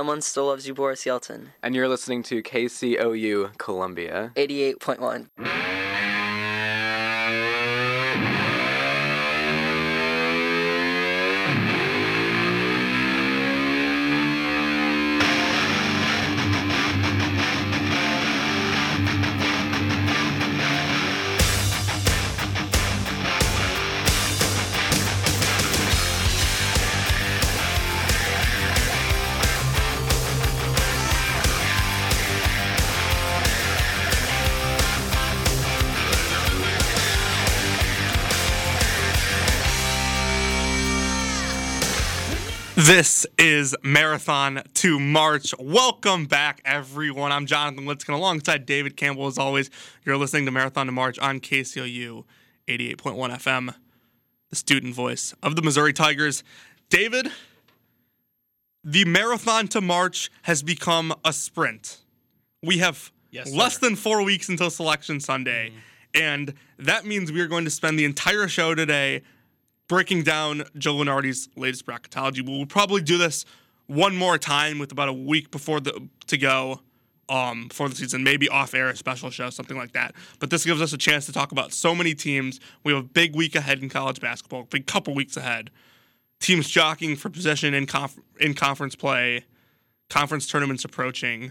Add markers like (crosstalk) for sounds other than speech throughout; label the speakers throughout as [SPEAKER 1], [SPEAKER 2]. [SPEAKER 1] Someone Still Loves You, Boris Yelton.
[SPEAKER 2] And you're listening to KCOU Columbia.
[SPEAKER 1] 88.1.
[SPEAKER 3] This is Marathon to March. Welcome back, everyone. I'm Jonathan Litzkin alongside David Campbell. As always, you're listening to Marathon to March on KCOU 88.1 FM, the student voice of the Missouri Tigers. David, the Marathon to March has become a sprint. We have
[SPEAKER 4] Yes,
[SPEAKER 3] less
[SPEAKER 4] sir. Mm-hmm.
[SPEAKER 3] than four weeks until Selection Sunday, and that means we are going to spend the entire show today breaking down Joe Lenardi's latest bracketology. We'll probably do this one more time with about a week before the to go um, before the season, maybe off air, a special show, something like that. But this gives us a chance to talk about so many teams. We have a big week ahead in college basketball, big couple weeks ahead. Teams jockeying for position in conf- in conference play, conference tournaments approaching,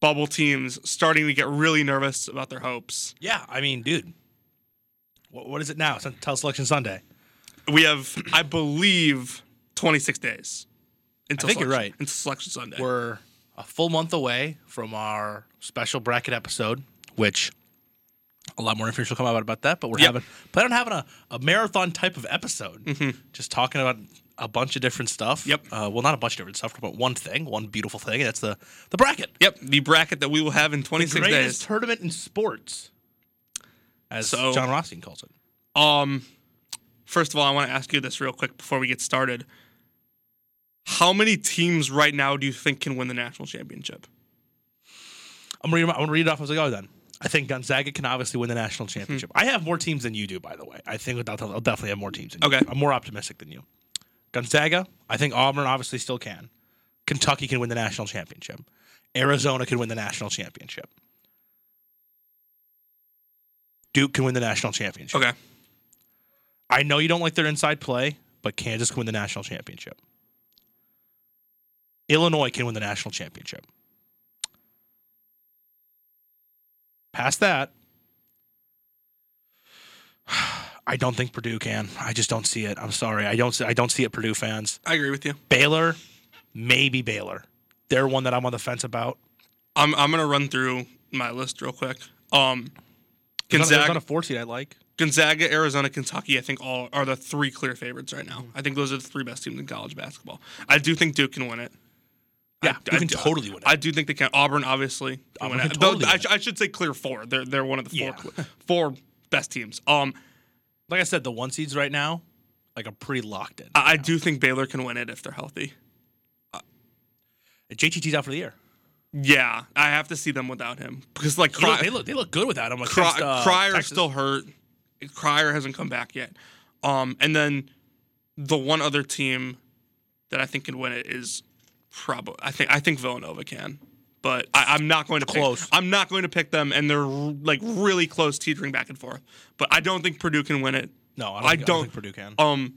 [SPEAKER 3] bubble teams starting to get really nervous about their hopes.
[SPEAKER 4] Yeah, I mean, dude, what, what is it now? It's until Selection Sunday.
[SPEAKER 3] We have, I believe, 26 days. Until
[SPEAKER 4] I think
[SPEAKER 3] selection-
[SPEAKER 4] you're right.
[SPEAKER 3] Until selection Sunday.
[SPEAKER 4] We're a full month away from our special bracket episode, which a lot more information will come out about that. But we're
[SPEAKER 3] Yep.
[SPEAKER 4] having plan on having a, a marathon type of episode, just talking about a bunch of different stuff.
[SPEAKER 3] Mm-hmm. Yep.
[SPEAKER 4] Uh, well, not a bunch of different stuff, but one thing, one beautiful thing. And that's the the bracket.
[SPEAKER 3] yep, the bracket that we will have in 26
[SPEAKER 4] Greatest
[SPEAKER 3] days.
[SPEAKER 4] tournament in sports, as
[SPEAKER 3] So-
[SPEAKER 4] John Rothstein calls it.
[SPEAKER 3] Um, first of all, I want to ask you this real quick before we get started. How many teams right now do you think can win the national championship?
[SPEAKER 4] I'm reading. I'm gonna read it off as I go. Then I think Gonzaga can obviously win the national championship. I have more teams than you do, by the way. I think without, I'll definitely have more teams. Than
[SPEAKER 3] Okay.
[SPEAKER 4] you. I'm more optimistic than you. Gonzaga. I think Auburn obviously still can. Kentucky can win the national championship. Arizona can win the national championship. Duke can win the national championship.
[SPEAKER 3] Okay.
[SPEAKER 4] I know you don't like their inside play, but Kansas can win the national championship. Illinois can win the national championship. Past that, (sighs) I don't think Purdue can. I just don't see it. I'm sorry. I don't. See, I don't see it. Purdue fans.
[SPEAKER 3] I agree with you.
[SPEAKER 4] Baylor, maybe Baylor. They're one that I'm on the fence about.
[SPEAKER 3] I'm I'm gonna run through my list real quick. Um
[SPEAKER 4] There's not- there's not
[SPEAKER 3] Gonzaga,
[SPEAKER 4] a four seed I like.
[SPEAKER 3] Gonzaga, Arizona, Kentucky, I think all are the three clear favorites right now. I think those are the three best teams in college basketball. I do think Duke can win it. I-
[SPEAKER 4] Yeah, you
[SPEAKER 3] I
[SPEAKER 4] can
[SPEAKER 3] do-
[SPEAKER 4] totally win it.
[SPEAKER 3] I do think they can. Auburn, obviously, can
[SPEAKER 4] Auburn
[SPEAKER 3] win
[SPEAKER 4] can
[SPEAKER 3] it.
[SPEAKER 4] totally
[SPEAKER 3] Though,
[SPEAKER 4] win
[SPEAKER 3] I,
[SPEAKER 4] it.
[SPEAKER 3] sh- I should say clear four. They're they're one of the four
[SPEAKER 4] Yeah.
[SPEAKER 3] cl- four best teams. Um,
[SPEAKER 4] like I said, the one seeds right now, like, are pretty locked in.
[SPEAKER 3] I, I do think Baylor can win it if they're healthy.
[SPEAKER 4] JTT's out for the year.
[SPEAKER 3] Yeah, I have to see them without him because like
[SPEAKER 4] You know,
[SPEAKER 3] Cry-
[SPEAKER 4] they look they look good without him. Like
[SPEAKER 3] Cry-
[SPEAKER 4] against, uh,
[SPEAKER 3] Cryer
[SPEAKER 4] Texas.
[SPEAKER 3] still hurt. Cryer hasn't come back yet. Um, and then the one other team that I think can win it is probably I think I think Villanova can, but I, I'm not going to
[SPEAKER 4] Close.
[SPEAKER 3] Pick, I'm not going to pick them, and they're r- like really close, teetering back and forth. But I don't think Purdue can win it.
[SPEAKER 4] No, I don't,
[SPEAKER 3] I
[SPEAKER 4] think- I don't
[SPEAKER 3] don't-
[SPEAKER 4] think Purdue can.
[SPEAKER 3] Um,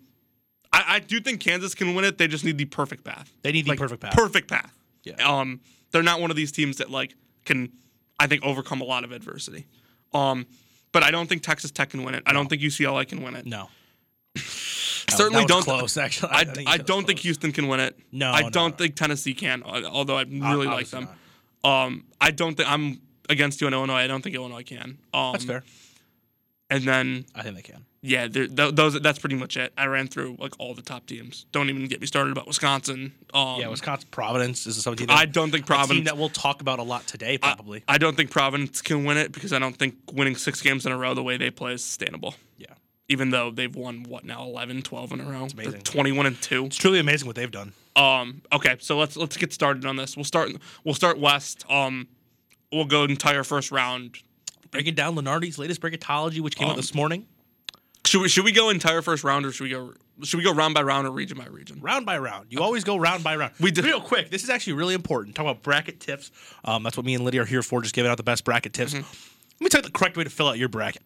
[SPEAKER 3] I, I do think Kansas can win it. They just need the perfect path.
[SPEAKER 4] They need the perfect path.
[SPEAKER 3] Perfect path.
[SPEAKER 4] Yeah.
[SPEAKER 3] Um, they're not one of these teams that like can, I think, overcome a lot of adversity. Um, but I don't think Texas Tech can win it. I don't think UCLA can win it.
[SPEAKER 4] no,
[SPEAKER 3] (laughs) Certainly
[SPEAKER 4] that was
[SPEAKER 3] don't.
[SPEAKER 4] close. Actually, (laughs)
[SPEAKER 3] I,
[SPEAKER 4] think
[SPEAKER 3] I
[SPEAKER 4] that was
[SPEAKER 3] don't think
[SPEAKER 4] close.
[SPEAKER 3] Houston can win it.
[SPEAKER 4] No,
[SPEAKER 3] I
[SPEAKER 4] no,
[SPEAKER 3] don't
[SPEAKER 4] no.
[SPEAKER 3] think Tennessee can. al- Although I
[SPEAKER 4] Ob-
[SPEAKER 3] really like
[SPEAKER 4] obviously
[SPEAKER 3] them. Um, I don't think I'm against you in Illinois. I don't think Illinois can. Um,
[SPEAKER 4] That's fair.
[SPEAKER 3] And then
[SPEAKER 4] I think they can.
[SPEAKER 3] yeah, there- th- those that's pretty much it. I ran through like all the top teams. Don't even get me started about Wisconsin. Um,
[SPEAKER 4] Yeah, Wisconsin Providence is something that,
[SPEAKER 3] I don't think
[SPEAKER 4] a team
[SPEAKER 3] Providence.
[SPEAKER 4] that we'll talk about a lot today. Probably.
[SPEAKER 3] I don't think Providence can win it because I don't think winning six games in a row the way they play is sustainable.
[SPEAKER 4] yeah,
[SPEAKER 3] Even though they've won what now 11, 12 in a row. They're
[SPEAKER 4] amazing.
[SPEAKER 3] 21 and 2.
[SPEAKER 4] it's truly amazing what they've done.
[SPEAKER 3] Um okay, so let's let's get started on this. We'll start we'll start west. Um we'll go entire first round.
[SPEAKER 4] Breaking down Lenardi's latest bracketology, which came out
[SPEAKER 3] Um,
[SPEAKER 4] this morning.
[SPEAKER 3] Should we should we go entire first round or should we go should we go round by round or region by region?
[SPEAKER 4] round by round. You always go round by round.
[SPEAKER 3] uh, We do.
[SPEAKER 4] real quick. This is actually really important. Talk about bracket tips. Um, that's what me and Lydia are here for. Just giving out the best bracket tips.
[SPEAKER 3] Mm-hmm.
[SPEAKER 4] Let me tell you the correct way to fill out your bracket.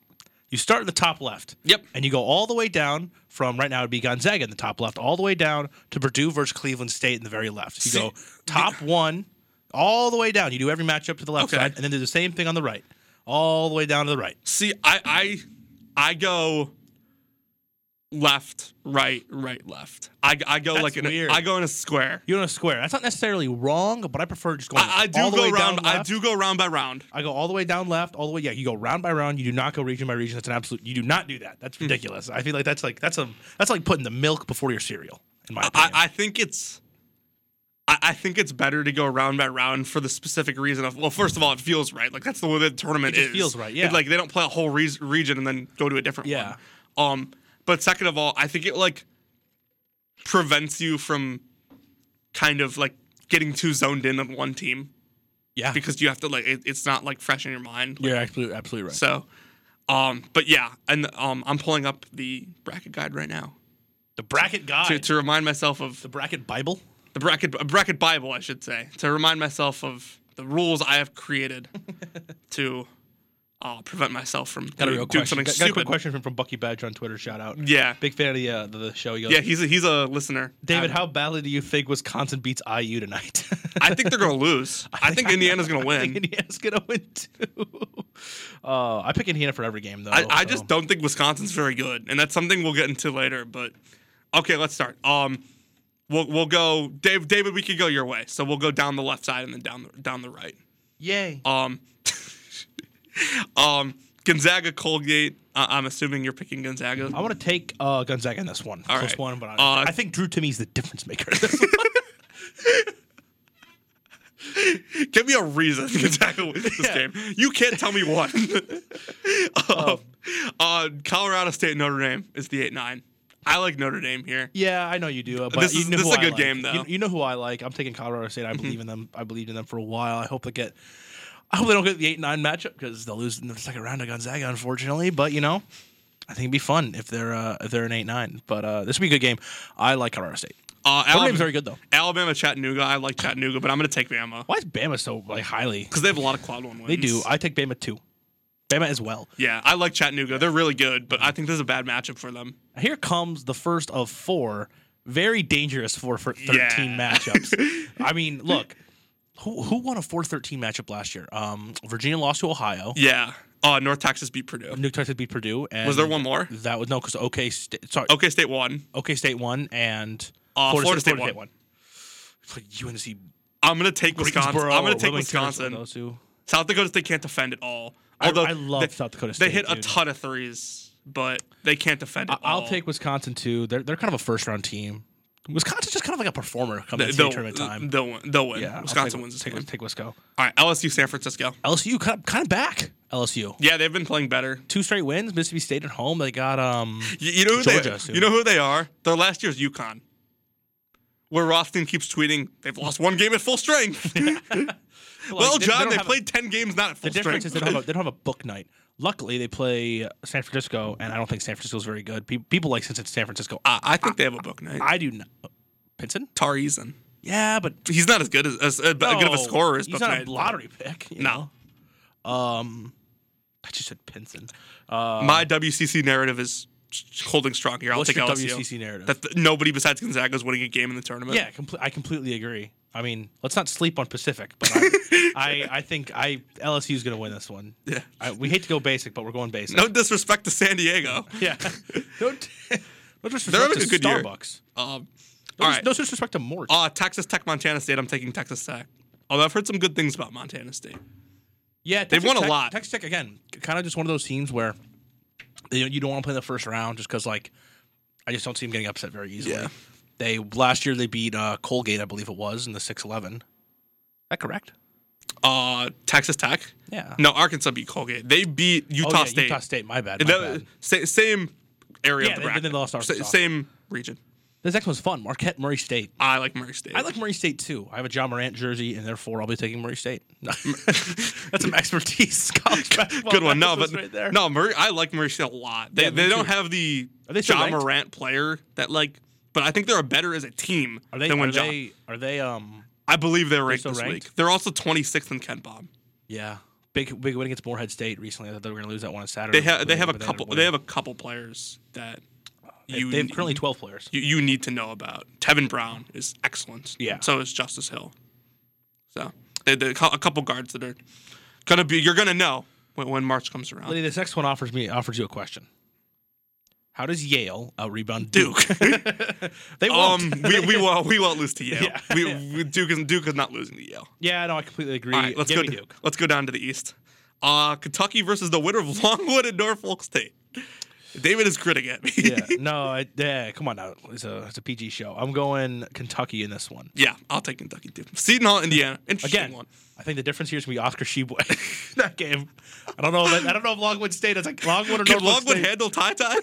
[SPEAKER 4] You start at the top left.
[SPEAKER 3] Yep.
[SPEAKER 4] And you go all the way down from right now. It'd be Gonzaga in the top left, all the way down to Purdue versus Cleveland State in the very left. You
[SPEAKER 3] See-
[SPEAKER 4] go top one, all the way down. You do every matchup to the left
[SPEAKER 3] Okay.
[SPEAKER 4] side, and then do the same thing on the right, all the way down to the right.
[SPEAKER 3] See, I I I go left, right, right, left. I I go
[SPEAKER 4] That's
[SPEAKER 3] like in a,
[SPEAKER 4] weird.
[SPEAKER 3] I go in a square.
[SPEAKER 4] You don't square. That's not necessarily wrong, but I prefer just going.
[SPEAKER 3] I, I do
[SPEAKER 4] all the
[SPEAKER 3] go
[SPEAKER 4] way down
[SPEAKER 3] round. I
[SPEAKER 4] left.
[SPEAKER 3] do go round by round.
[SPEAKER 4] I go all the way down left, all the way. Yeah, you go round by round. You do not go region by region. That's an absolute. You do not do that.
[SPEAKER 3] Hmm.
[SPEAKER 4] That's ridiculous. I feel like that's like that's a that's like putting the milk before your cereal. In my
[SPEAKER 3] I,
[SPEAKER 4] opinion,
[SPEAKER 3] I think it's I, I think it's better to go round by round for the specific reason of well, first of all, it feels right. Like that's the way the tournament
[SPEAKER 4] It just
[SPEAKER 3] is.
[SPEAKER 4] feels right, yeah.
[SPEAKER 3] It, like they don't play a whole re- region and then go to a different
[SPEAKER 4] Yeah.
[SPEAKER 3] one. Um, but second of all, I think it like prevents you from kind of like getting too zoned in on one team
[SPEAKER 4] yeah,
[SPEAKER 3] because you have to like it, it's not like fresh in your mind.
[SPEAKER 4] you're absolutely absolutely right.
[SPEAKER 3] So, um, but yeah, and um, I'm pulling up the bracket guide right now
[SPEAKER 4] the bracket guide,
[SPEAKER 3] to, to remind myself of
[SPEAKER 4] the bracket Bible.
[SPEAKER 3] the bracket a bracket bible, I should say, to remind myself of the rules I have
[SPEAKER 4] (laughs)
[SPEAKER 3] created to uh, prevent myself from
[SPEAKER 4] Got a
[SPEAKER 3] doing
[SPEAKER 4] real
[SPEAKER 3] doing
[SPEAKER 4] question.
[SPEAKER 3] something
[SPEAKER 4] Got, got a
[SPEAKER 3] stupid.
[SPEAKER 4] quick question from, from Bucky Badger on Twitter. Shout out.
[SPEAKER 3] Yeah,
[SPEAKER 4] Big fan of the uh, the, the show. He goes,
[SPEAKER 3] yeah, he's a, he's a listener.
[SPEAKER 4] David,
[SPEAKER 3] I,
[SPEAKER 4] how badly do you think Wisconsin beats IU tonight? (laughs)
[SPEAKER 3] I think they're gonna lose. I think Indiana's gonna
[SPEAKER 4] I think
[SPEAKER 3] win.
[SPEAKER 4] Indiana's gonna win too. (laughs) Uh, I pick Indiana for every game though.
[SPEAKER 3] I, I
[SPEAKER 4] so.
[SPEAKER 3] just don't think Wisconsin's very good, and that's something we'll get into later. But okay, let's start. Um, we'll we'll go, Dave. David, we could go your way, so we'll go down the left side and then down the down the right.
[SPEAKER 4] yay.
[SPEAKER 3] Um, (laughs) um, Gonzaga, Colgate. Uh, I'm assuming you're picking Gonzaga.
[SPEAKER 4] I want to take uh, Gonzaga in this one.
[SPEAKER 3] All
[SPEAKER 4] Close
[SPEAKER 3] right.
[SPEAKER 4] one, but I,
[SPEAKER 3] Uh,
[SPEAKER 4] I think Drew Timmy's the difference maker. in
[SPEAKER 3] (laughs)
[SPEAKER 4] this one.
[SPEAKER 3] Give me a reason Gonzaga wins this
[SPEAKER 4] Yeah.
[SPEAKER 3] game. You can't tell me
[SPEAKER 4] (laughs)
[SPEAKER 3] one. (laughs) um, uh, Colorado State, Notre Dame is the eight nine. I like Notre Dame here.
[SPEAKER 4] yeah, I know you do. uh, But
[SPEAKER 3] This
[SPEAKER 4] you
[SPEAKER 3] is-
[SPEAKER 4] know
[SPEAKER 3] this
[SPEAKER 4] who
[SPEAKER 3] is a
[SPEAKER 4] I
[SPEAKER 3] good
[SPEAKER 4] like.
[SPEAKER 3] game,
[SPEAKER 4] You-
[SPEAKER 3] though. Mm-hmm.
[SPEAKER 4] You, know who I like. I'm taking Colorado State. I believe in them. I believed in them for a while. I hope they get. I hope they don't get the eight nine matchup because they'll lose in the second round to Gonzaga, unfortunately. But you know, I think it'd be fun if they're uh, if they're an eight nine. But uh, this would be a good game. I like Colorado State.
[SPEAKER 3] Uh,
[SPEAKER 4] Notre
[SPEAKER 3] Alabama,
[SPEAKER 4] Dame's very good though.
[SPEAKER 3] Alabama, Chattanooga. I like Chattanooga, but I'm gonna take Bama
[SPEAKER 4] Why is Bama so like highly?
[SPEAKER 3] because they have a lot of quad one wins.
[SPEAKER 4] They do. I take Bama too. Bama as well.
[SPEAKER 3] yeah, I like Chattanooga. They're really good, but I think this is a bad matchup for them.
[SPEAKER 4] Here comes the first of four very dangerous 4 for 13
[SPEAKER 3] Yeah. (laughs)
[SPEAKER 4] matchups. I mean, look, who who won a 4-13 matchup last year? Um, Virginia lost to Ohio.
[SPEAKER 3] Yeah. Uh, North Texas beat Purdue.
[SPEAKER 4] New Texas beat Purdue. And
[SPEAKER 3] Was there one more?
[SPEAKER 4] That was no, because OK State. Sorry, OK,
[SPEAKER 3] Okay, State won.
[SPEAKER 4] State won and
[SPEAKER 3] Uh, Florida State won.
[SPEAKER 4] It's like UNC.
[SPEAKER 3] I'm gonna take Wisconsin.
[SPEAKER 4] Greensboro,
[SPEAKER 3] I'm gonna take
[SPEAKER 4] Wilmington,
[SPEAKER 3] Wisconsin.
[SPEAKER 4] Those two.
[SPEAKER 3] South Dakota State can't defend at all.
[SPEAKER 4] I-
[SPEAKER 3] Although
[SPEAKER 4] I love
[SPEAKER 3] they,
[SPEAKER 4] South Dakota
[SPEAKER 3] They
[SPEAKER 4] State,
[SPEAKER 3] hit a
[SPEAKER 4] dude.
[SPEAKER 3] ton of threes, but they can't defend at
[SPEAKER 4] I- I'll
[SPEAKER 3] all.
[SPEAKER 4] take Wisconsin too. They're they're kind of a first round team. Wisconsin's just kind of like a performer coming into
[SPEAKER 3] They'll-
[SPEAKER 4] tournament time.
[SPEAKER 3] They'll win. They'll win.
[SPEAKER 4] Yeah, I'll
[SPEAKER 3] Wisconsin
[SPEAKER 4] take-
[SPEAKER 3] wins this
[SPEAKER 4] take,
[SPEAKER 3] game.
[SPEAKER 4] Take Wisco.
[SPEAKER 3] All right, LSU, San Francisco.
[SPEAKER 4] LSU kind of, kind of back. LSU.
[SPEAKER 3] Yeah, they've been playing better.
[SPEAKER 4] two straight wins. Mississippi State at home. They got um.
[SPEAKER 3] You, you know who
[SPEAKER 4] Georgia,
[SPEAKER 3] they.
[SPEAKER 4] soon.
[SPEAKER 3] You know who they are. They're last year's UConn. Where Rothstein keeps tweeting, they've lost one game at full
[SPEAKER 4] (laughs)
[SPEAKER 3] strength. well,
[SPEAKER 4] like, they-
[SPEAKER 3] John,
[SPEAKER 4] don't
[SPEAKER 3] they,
[SPEAKER 4] have a-
[SPEAKER 3] played ten games not at full
[SPEAKER 4] the difference
[SPEAKER 3] strength.
[SPEAKER 4] is they don't, have a, they don't have a book night. Luckily, they play San Francisco, and I don't think San Francisco's very good. Pe- People like since it's San Francisco. I,
[SPEAKER 3] I, I think they have a book night.
[SPEAKER 4] I do not. Pinson?
[SPEAKER 3] Tar Eason.
[SPEAKER 4] Yeah, but
[SPEAKER 3] He's not as good as, as, as good of
[SPEAKER 4] no,
[SPEAKER 3] a scorer as
[SPEAKER 4] He's
[SPEAKER 3] Buck
[SPEAKER 4] not
[SPEAKER 3] Knight.
[SPEAKER 4] a lottery
[SPEAKER 3] (laughs)
[SPEAKER 4] pick. you
[SPEAKER 3] No.
[SPEAKER 4] know? Um, I just said Pinson. Uh,
[SPEAKER 3] My WCC narrative is holding strong here. I'll
[SPEAKER 4] what's
[SPEAKER 3] take
[SPEAKER 4] your
[SPEAKER 3] LSU.
[SPEAKER 4] WCC narrative?
[SPEAKER 3] That th- nobody besides Gonzaga is winning a game in the tournament.
[SPEAKER 4] yeah, comple- I completely agree. I mean, let's not sleep on Pacific, but
[SPEAKER 3] (laughs)
[SPEAKER 4] I, I, I think I LSU's going to win this one.
[SPEAKER 3] Yeah.
[SPEAKER 4] I, we hate to go basic, but we're going basic.
[SPEAKER 3] No disrespect to San Diego. (laughs)
[SPEAKER 4] (laughs) Yeah. no, t- no
[SPEAKER 3] They're
[SPEAKER 4] disrespect
[SPEAKER 3] having
[SPEAKER 4] to
[SPEAKER 3] a good year.
[SPEAKER 4] Starbucks.
[SPEAKER 3] Um,
[SPEAKER 4] No,
[SPEAKER 3] all
[SPEAKER 4] dis-
[SPEAKER 3] right.
[SPEAKER 4] no disrespect to Mort.
[SPEAKER 3] Uh, Texas Tech, Montana State. I'm taking Texas Tech. Although I've heard some good things about Montana State.
[SPEAKER 4] yeah, Texas
[SPEAKER 3] won a
[SPEAKER 4] Tech-
[SPEAKER 3] lot.
[SPEAKER 4] Texas Tech again, kind of just one of those teams where they, you don't want to play in the first round just because like I just don't see them getting upset very easily.
[SPEAKER 3] Yeah.
[SPEAKER 4] They last year they beat uh, Colgate, I believe it was, in the six eleven. That correct?
[SPEAKER 3] Uh, Texas Tech.
[SPEAKER 4] Yeah.
[SPEAKER 3] No, Arkansas beat Colgate. They beat Utah
[SPEAKER 4] Oh, yeah,
[SPEAKER 3] State.
[SPEAKER 4] Utah State. My bad.
[SPEAKER 3] And
[SPEAKER 4] my
[SPEAKER 3] that-
[SPEAKER 4] bad.
[SPEAKER 3] sa- same area
[SPEAKER 4] Yeah,
[SPEAKER 3] of the
[SPEAKER 4] they-
[SPEAKER 3] bracket.
[SPEAKER 4] they lost
[SPEAKER 3] Sa-
[SPEAKER 4] Arkansas.
[SPEAKER 3] same region.
[SPEAKER 4] This next one's fun. Marquette Murray State.
[SPEAKER 3] I like Murray State.
[SPEAKER 4] I like Murray State too. I have a John Morant jersey, and therefore I'll be taking Murray State. (laughs) That's some expertise. (laughs) College basketball
[SPEAKER 3] good one. No,
[SPEAKER 4] analysis
[SPEAKER 3] but
[SPEAKER 4] right there.
[SPEAKER 3] no, Murray. I like Murray State a lot. They
[SPEAKER 4] Yeah, me
[SPEAKER 3] they don't
[SPEAKER 4] too.
[SPEAKER 3] have the
[SPEAKER 4] Are they still
[SPEAKER 3] John
[SPEAKER 4] ranked?
[SPEAKER 3] Morant player that like, but I think they're a better as a team
[SPEAKER 4] Are they?
[SPEAKER 3] than when
[SPEAKER 4] Are
[SPEAKER 3] John.
[SPEAKER 4] they? Are they? Um.
[SPEAKER 3] I believe they're ranked
[SPEAKER 4] still
[SPEAKER 3] this
[SPEAKER 4] ranked?
[SPEAKER 3] week. They're also 26th in Ken Bomb.
[SPEAKER 4] Yeah. Big big win against Moorhead State recently. I thought they were going to lose that one on Saturday.
[SPEAKER 3] They have they have a
[SPEAKER 4] But
[SPEAKER 3] couple
[SPEAKER 4] ended up
[SPEAKER 3] they have a couple players that
[SPEAKER 4] winning.
[SPEAKER 3] you
[SPEAKER 4] They have currently twelve players.
[SPEAKER 3] you, you need to know about. Tevin Brown is excellent.
[SPEAKER 4] Yeah.
[SPEAKER 3] So is Justice Hill. So they, they, a couple guards that are gonna be you're gonna know when, when March comes around.
[SPEAKER 4] Lenny, this next one offers me offers you a question. How does Yale out rebound
[SPEAKER 3] Duke.
[SPEAKER 4] (laughs) They won't.
[SPEAKER 3] um, we, (laughs) we won't we won't lose to Yale.
[SPEAKER 4] Yeah.
[SPEAKER 3] We, we Duke is Duke is not losing to Yale.
[SPEAKER 4] (laughs) yeah, no, I completely agree.
[SPEAKER 3] All right, let's
[SPEAKER 4] Give
[SPEAKER 3] go.
[SPEAKER 4] me
[SPEAKER 3] d-
[SPEAKER 4] Duke.
[SPEAKER 3] Let's go down to the East. Uh, Kentucky versus the winner of (laughs) Longwood and Norfolk State. David is gritting at me.
[SPEAKER 4] yeah, no, I, yeah, come on now. It's a it's a PG show. I'm going Kentucky in this one.
[SPEAKER 3] (laughs) Yeah, I'll take Kentucky too. Seton Hall, Indiana. Interesting
[SPEAKER 4] Again,
[SPEAKER 3] one.
[SPEAKER 4] I think the difference here is gonna be Oscar Sheboy. (laughs) that game. I don't know. I don't know if Longwood State is like Longwood or
[SPEAKER 3] Can
[SPEAKER 4] Norfolk
[SPEAKER 3] Longwood
[SPEAKER 4] State.
[SPEAKER 3] handle tie tie?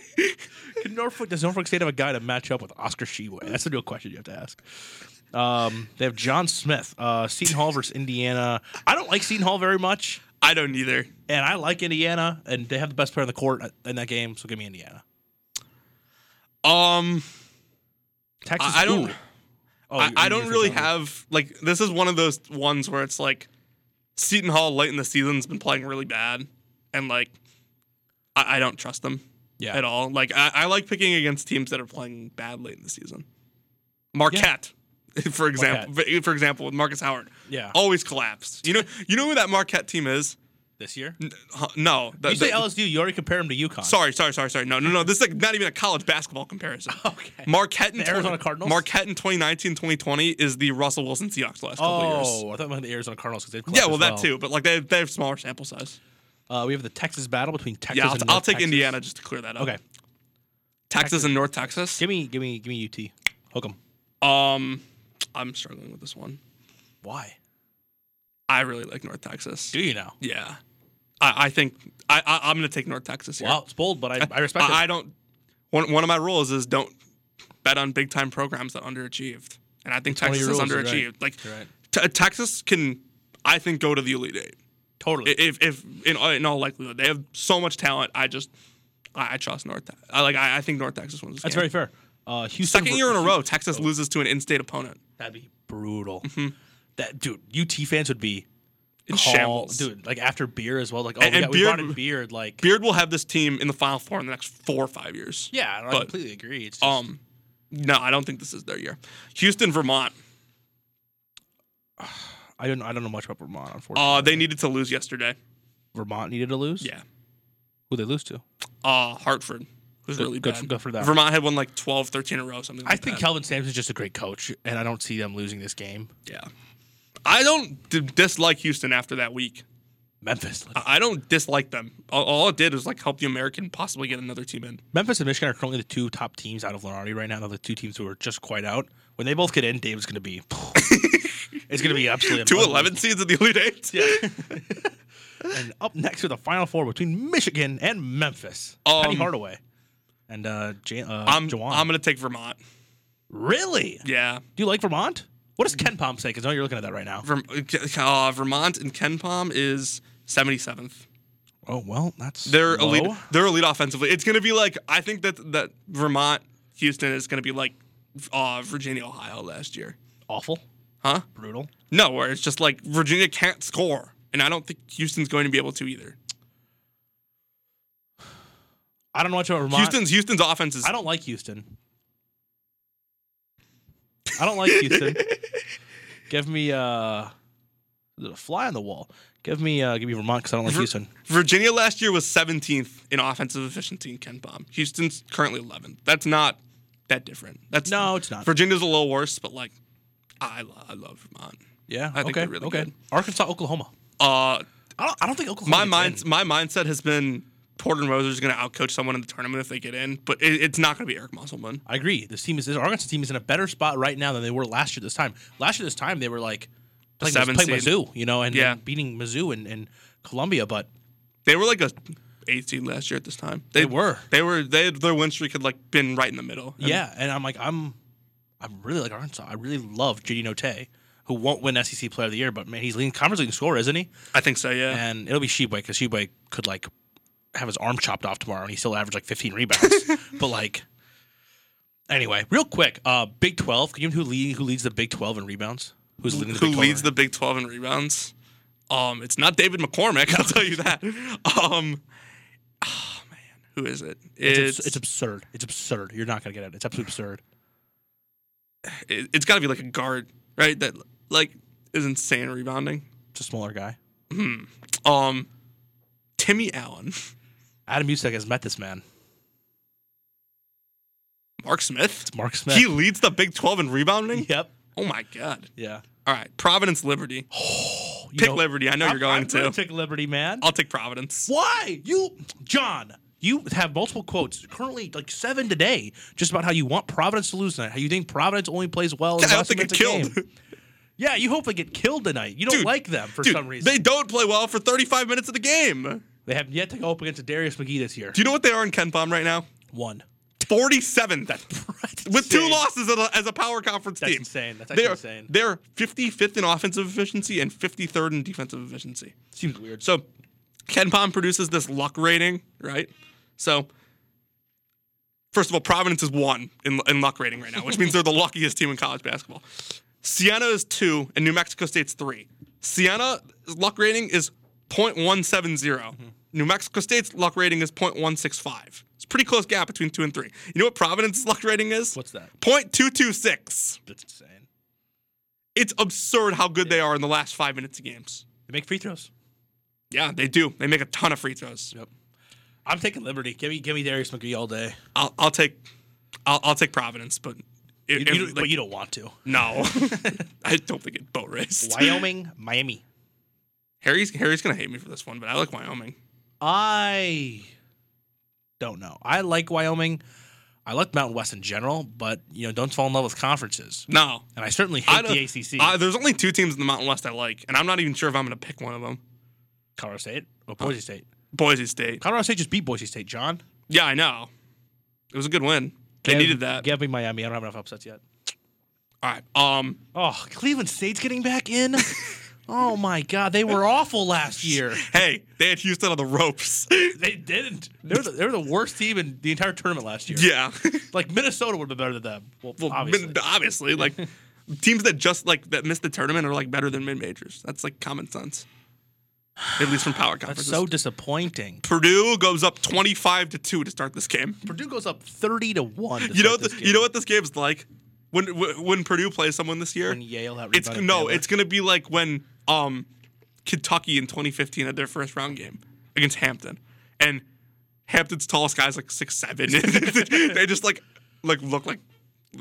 [SPEAKER 4] Can Norfolk does Norfolk State have a guy to match up with Oscar Sheboy? That's a real question you have to ask. Um, they have John Smith, uh, Seton Hall versus Indiana. I don't like Seton Hall very much,
[SPEAKER 3] (laughs) I don't either.
[SPEAKER 4] and I like Indiana, and they have the best player on the court in that game. So give me Indiana.
[SPEAKER 3] Um,
[SPEAKER 4] Texas.
[SPEAKER 3] I, I don't.
[SPEAKER 4] ooh. Oh,
[SPEAKER 3] I,
[SPEAKER 4] you-
[SPEAKER 3] I
[SPEAKER 4] you
[SPEAKER 3] don't
[SPEAKER 4] think
[SPEAKER 3] really
[SPEAKER 4] that one.
[SPEAKER 3] have like this is one of those ones where it's like Seton Hall late in the season's been playing really bad, and like I, I don't trust them
[SPEAKER 4] Yeah.
[SPEAKER 3] at all. Like I, I like picking against teams that are playing bad late in the season. Marquette, (laughs) for example, for example, with Marcus Howard,
[SPEAKER 4] Yeah.
[SPEAKER 3] always collapsed. You know, you know who that Marquette team is?
[SPEAKER 4] this year.
[SPEAKER 3] N- huh, No, the-
[SPEAKER 4] You say
[SPEAKER 3] the-
[SPEAKER 4] LSU. You already compare them to UConn.
[SPEAKER 3] Sorry, sorry, sorry, sorry. No, no, no. This is like not even a college basketball comparison.
[SPEAKER 4] (laughs) Okay.
[SPEAKER 3] Marquette in
[SPEAKER 4] The Arizona Cardinals?
[SPEAKER 3] Marquette in 2019, 2020 is the Russell Wilson Seahawks the last couple of years.
[SPEAKER 4] Oh, I thought about the Arizona Cardinals because they.
[SPEAKER 3] Yeah, well, that too, but like they they have smaller sample size.
[SPEAKER 4] Uh, we have the Texas battle between Texas.
[SPEAKER 3] Yeah, I'll,
[SPEAKER 4] and
[SPEAKER 3] I'll
[SPEAKER 4] North
[SPEAKER 3] take
[SPEAKER 4] Texas.
[SPEAKER 3] Indiana just to clear that up.
[SPEAKER 4] Okay,
[SPEAKER 3] Texas, and North Texas.
[SPEAKER 4] give me, give me, give me UT. Hook 'em.
[SPEAKER 3] Um, I'm struggling with this one.
[SPEAKER 4] Why?
[SPEAKER 3] I really like North Texas.
[SPEAKER 4] Do you now?
[SPEAKER 3] Yeah, I, I think I, I I'm gonna take North Texas here.
[SPEAKER 4] Wow, it's bold, but I, I respect it.
[SPEAKER 3] I, I don't. One one of my rules is don't bet on big time programs that underachieved, and I think
[SPEAKER 4] one of
[SPEAKER 3] Texas
[SPEAKER 4] your
[SPEAKER 3] is
[SPEAKER 4] rules, you're
[SPEAKER 3] underachieved. Like
[SPEAKER 4] You're right.
[SPEAKER 3] Te- Texas can, I think, go to the Elite Eight.
[SPEAKER 4] Totally.
[SPEAKER 3] I- If, if in, all- in all likelihood, they have so much talent. I just, I, I trust North. Te- I like. I, I think North Texas wins. This
[SPEAKER 4] That's
[SPEAKER 3] game.
[SPEAKER 4] very fair. Uh, Houston
[SPEAKER 3] Second
[SPEAKER 4] ver-
[SPEAKER 3] year in a row, Texas loses to an in-state opponent.
[SPEAKER 4] That'd be brutal.
[SPEAKER 3] Mm-hmm.
[SPEAKER 4] That dude, UT fans would be
[SPEAKER 3] In
[SPEAKER 4] call-
[SPEAKER 3] shambles.
[SPEAKER 4] dude. Like after beer as well. Like oh,
[SPEAKER 3] And-
[SPEAKER 4] we,
[SPEAKER 3] and
[SPEAKER 4] got, we brought
[SPEAKER 3] Beard-
[SPEAKER 4] in beard. Like
[SPEAKER 3] Beard will have this team in the Final Four in the next four or five years.
[SPEAKER 4] yeah, I
[SPEAKER 3] but-
[SPEAKER 4] completely agree. It's just,
[SPEAKER 3] Um, no, I don't think this is their year. Houston, Vermont.
[SPEAKER 4] I don't I don't know much about Vermont. Unfortunately,
[SPEAKER 3] Uh, they needed to lose yesterday.
[SPEAKER 4] Vermont needed to lose.
[SPEAKER 3] um, Yeah.
[SPEAKER 4] who they lose to?
[SPEAKER 3] Uh, Hartford was
[SPEAKER 4] Good-
[SPEAKER 3] really
[SPEAKER 4] good
[SPEAKER 3] bad.
[SPEAKER 4] for- good for them.
[SPEAKER 3] Vermont had won like 12, 13 in a row, something. Like
[SPEAKER 4] I think
[SPEAKER 3] that.
[SPEAKER 4] Calvin Sampson's just a great coach, and I don't see them losing this game.
[SPEAKER 3] yeah. I don't d- dislike Houston after that week.
[SPEAKER 4] Memphis,
[SPEAKER 3] I I don't dislike them. All, all it did was like help the American possibly get another team in.
[SPEAKER 4] Memphis and Michigan are currently the two top teams out of Lenardi right now. They're the two teams who are just quite out. When they both get in, Dave's going to be. (laughs) it's going to be absolutely
[SPEAKER 3] (laughs) Two 11 seeds in the Elite (laughs) Eight.
[SPEAKER 4] (laughs) And up next with the final four between Michigan and Memphis, Penny
[SPEAKER 3] Um,
[SPEAKER 4] Hardaway and uh, Jan- uh
[SPEAKER 3] I'm,
[SPEAKER 4] Jawan.
[SPEAKER 3] I'm going to take Vermont.
[SPEAKER 4] really?
[SPEAKER 3] Yeah.
[SPEAKER 4] Do you like Vermont? What does Ken Palm say? Because now you're looking at that right now.
[SPEAKER 3] Verm- uh, Vermont and Ken Palm is 77th.
[SPEAKER 4] Oh well, that's
[SPEAKER 3] They're
[SPEAKER 4] low.
[SPEAKER 3] elite. They're elite offensively. It's going to be like I think that that Vermont Houston is going to be like uh, Virginia Ohio last year,
[SPEAKER 4] Awful,
[SPEAKER 3] huh?
[SPEAKER 4] brutal.
[SPEAKER 3] No, where it's just like Virginia can't score, and I don't think Houston's going to be able to either.
[SPEAKER 4] I don't know much about Vermont.
[SPEAKER 3] Houston's Houston's offense is
[SPEAKER 4] I don't like Houston. I don't
[SPEAKER 3] (laughs)
[SPEAKER 4] like Houston. give me uh, there's a fly on the wall. Give me uh, give me Vermont because I don't like
[SPEAKER 3] Ver-
[SPEAKER 4] Houston.
[SPEAKER 3] Virginia last year was 17th in offensive efficiency in Ken Palm. Houston's currently 11th. That's not that different. That's
[SPEAKER 4] No, it's not.
[SPEAKER 3] Virginia's a little worse, but like I, lo- I love Vermont.
[SPEAKER 4] Yeah,
[SPEAKER 3] I think
[SPEAKER 4] okay,
[SPEAKER 3] they're really
[SPEAKER 4] okay.
[SPEAKER 3] good.
[SPEAKER 4] Arkansas, Oklahoma.
[SPEAKER 3] Uh,
[SPEAKER 4] I don't, I don't think Oklahoma.
[SPEAKER 3] my
[SPEAKER 4] gets
[SPEAKER 3] mind,
[SPEAKER 4] in.
[SPEAKER 3] my mindset has been Porter and Moser's going to outcoach someone in the tournament if they get in, but it, it's not going to be Eric Musselman.
[SPEAKER 4] I agree. This team is this Arkansas team is in a better spot right now than they were last year. This time, last year this time they were like playing,
[SPEAKER 3] seven
[SPEAKER 4] playing
[SPEAKER 3] seed.
[SPEAKER 4] Mizzou, you know, and,
[SPEAKER 3] Yeah.
[SPEAKER 4] and beating Mizzou and, and Columbia. But
[SPEAKER 3] They were like a eight seed last year at this time.
[SPEAKER 4] They were.
[SPEAKER 3] They were. They their win streak had like been right in the middle. And
[SPEAKER 4] yeah, and I'm like I'm I really like Arkansas. I really love JD Note, who won't win SEC Player of the Year, but man, he's leading conference leading scorer, isn't he?
[SPEAKER 3] I think so. Yeah.
[SPEAKER 4] And it'll be Sheboy because Sheboy could like have his arm chopped off tomorrow, and he still averaged like
[SPEAKER 3] (laughs)
[SPEAKER 4] 15 rebounds. but like, anyway, real quick, uh, Big 12. Can you know who lead, who leads the Big 12 in rebounds? Who's leading the
[SPEAKER 3] who
[SPEAKER 4] Big 12
[SPEAKER 3] leads the Big 12 in rebounds. Um, it's not David McCormick, (laughs) I'll tell you that. Um, ah, man, who is it?
[SPEAKER 4] It's,
[SPEAKER 3] It's
[SPEAKER 4] it's absurd. It's absurd. You're not gonna get it. It's absolutely absurd.
[SPEAKER 3] it, it's got to be like a guard, right? That like is insane rebounding.
[SPEAKER 4] It's a smaller guy.
[SPEAKER 3] Um, Timmy Allen, (laughs)
[SPEAKER 4] Adam Usyk has met this man.
[SPEAKER 3] Mark Smith.
[SPEAKER 4] It's Mark Smith.
[SPEAKER 3] He leads the Big 12 in rebounding.
[SPEAKER 4] (laughs) yep.
[SPEAKER 3] Oh my God!
[SPEAKER 4] Yeah.
[SPEAKER 3] All right, Providence Liberty.
[SPEAKER 4] You
[SPEAKER 3] Pick
[SPEAKER 4] know-
[SPEAKER 3] Liberty. I know
[SPEAKER 4] I'm-
[SPEAKER 3] you're going
[SPEAKER 4] I'm
[SPEAKER 3] to.
[SPEAKER 4] gonna pick Liberty, man.
[SPEAKER 3] I'll take Providence.
[SPEAKER 4] Oh, Why you, John? You have multiple quotes currently, like seven today, just about how you want Providence to lose tonight. How you think Providence only plays well. in
[SPEAKER 3] Yeah, I
[SPEAKER 4] the
[SPEAKER 3] hope
[SPEAKER 4] last
[SPEAKER 3] they
[SPEAKER 4] minutes
[SPEAKER 3] get
[SPEAKER 4] of
[SPEAKER 3] killed.
[SPEAKER 4] (laughs) game. Yeah, you hope they get killed tonight. You don't
[SPEAKER 3] Dude,
[SPEAKER 4] like them for
[SPEAKER 3] Dude,
[SPEAKER 4] some reason.
[SPEAKER 3] they don't play well for 35 minutes of the game. Do
[SPEAKER 4] They, have yet to go up against a Darius McGee this year.
[SPEAKER 3] you know what they are in Ken Palm right now?
[SPEAKER 4] One. (laughs)
[SPEAKER 3] 47th.
[SPEAKER 4] That's
[SPEAKER 3] (laughs) with two
[SPEAKER 4] insane.
[SPEAKER 3] losses as a, as a power conference
[SPEAKER 4] That's
[SPEAKER 3] team.
[SPEAKER 4] insane. That's actually
[SPEAKER 3] They're,
[SPEAKER 4] insane.
[SPEAKER 3] they're 55th in offensive efficiency and 53rd in defensive efficiency.
[SPEAKER 4] Seems weird.
[SPEAKER 3] So Ken Palm produces this luck rating, right? So first of all, Providence is one in, in luck rating right now, which means they're the (laughs) luckiest team in college basketball. Siena is two, and New Mexico State's three. Siena's luck rating is 0.170. New Mexico State's luck rating is 0.165. It's a pretty close gap between two and three. You know what Providence's luck rating is?
[SPEAKER 4] What's that?
[SPEAKER 3] 0.226.
[SPEAKER 4] That's insane.
[SPEAKER 3] It's absurd how good they are in the last five minutes of games.
[SPEAKER 4] They make free throws.
[SPEAKER 3] Yeah, they do. They make a ton of free throws.
[SPEAKER 4] Yep. I'm taking Liberty. Give me, give me Darius McGee all day.
[SPEAKER 3] I'll, I'll take, I'll, I'll take Providence, but it,
[SPEAKER 4] You,
[SPEAKER 3] it-
[SPEAKER 4] you, don't-
[SPEAKER 3] like,
[SPEAKER 4] but you
[SPEAKER 3] (laughs)
[SPEAKER 4] don't want to.
[SPEAKER 3] no,
[SPEAKER 4] (laughs)
[SPEAKER 3] (laughs) I don't think it boat raced.
[SPEAKER 4] Wyoming, Miami.
[SPEAKER 3] (laughs) Harry's Harry's gonna hate me for this one, but I like Wyoming.
[SPEAKER 4] I don't know. I like Wyoming. I like Mountain West in general, but you know, don't fall in love with conferences.
[SPEAKER 3] No,
[SPEAKER 4] And I certainly hate
[SPEAKER 3] I don't-
[SPEAKER 4] the ACC.
[SPEAKER 3] I, there's only two teams in the Mountain West I like, and I'm not even sure if I'm gonna pick one of them.
[SPEAKER 4] Colorado State or Boise
[SPEAKER 3] Oh.
[SPEAKER 4] State.
[SPEAKER 3] Boise State.
[SPEAKER 4] Colorado State just beat Boise State. John,
[SPEAKER 3] Yeah, I know. It was a good win. They
[SPEAKER 4] Give-
[SPEAKER 3] needed that.
[SPEAKER 4] Give me Miami. I don't have enough upsets yet.
[SPEAKER 3] All right. Um.
[SPEAKER 4] Oh, Cleveland State's getting
[SPEAKER 3] (laughs)
[SPEAKER 4] back in. oh my God, they were awful last year.
[SPEAKER 3] Hey, they had Houston on the ropes. (laughs)
[SPEAKER 4] They didn't. They were, the, they were the worst team in the entire tournament last year.
[SPEAKER 3] yeah. (laughs)
[SPEAKER 4] Like Minnesota would have been better than them. Well,
[SPEAKER 3] Well,
[SPEAKER 4] obviously.
[SPEAKER 3] Min- obviously,
[SPEAKER 4] (laughs)
[SPEAKER 3] like teams that just like that miss the tournament are like better than mid majors. That's like common sense, at least from power
[SPEAKER 4] That's
[SPEAKER 3] conferences.
[SPEAKER 4] so disappointing.
[SPEAKER 3] Purdue goes up twenty five to two to start this game.
[SPEAKER 4] Purdue goes up thirty to one. to
[SPEAKER 3] you know,
[SPEAKER 4] start
[SPEAKER 3] what
[SPEAKER 4] this
[SPEAKER 3] the,
[SPEAKER 4] game.
[SPEAKER 3] you know what this game's like when when when Purdue plays someone this year.
[SPEAKER 4] When Yale out
[SPEAKER 3] it's
[SPEAKER 4] rebounded
[SPEAKER 3] no,
[SPEAKER 4] Baylor.
[SPEAKER 3] it's gonna be like when um Kentucky in twenty fifteen had their first round game against Hampton, and Hampton's tallest guy's like six
[SPEAKER 4] (laughs)
[SPEAKER 3] seven. they just like like look like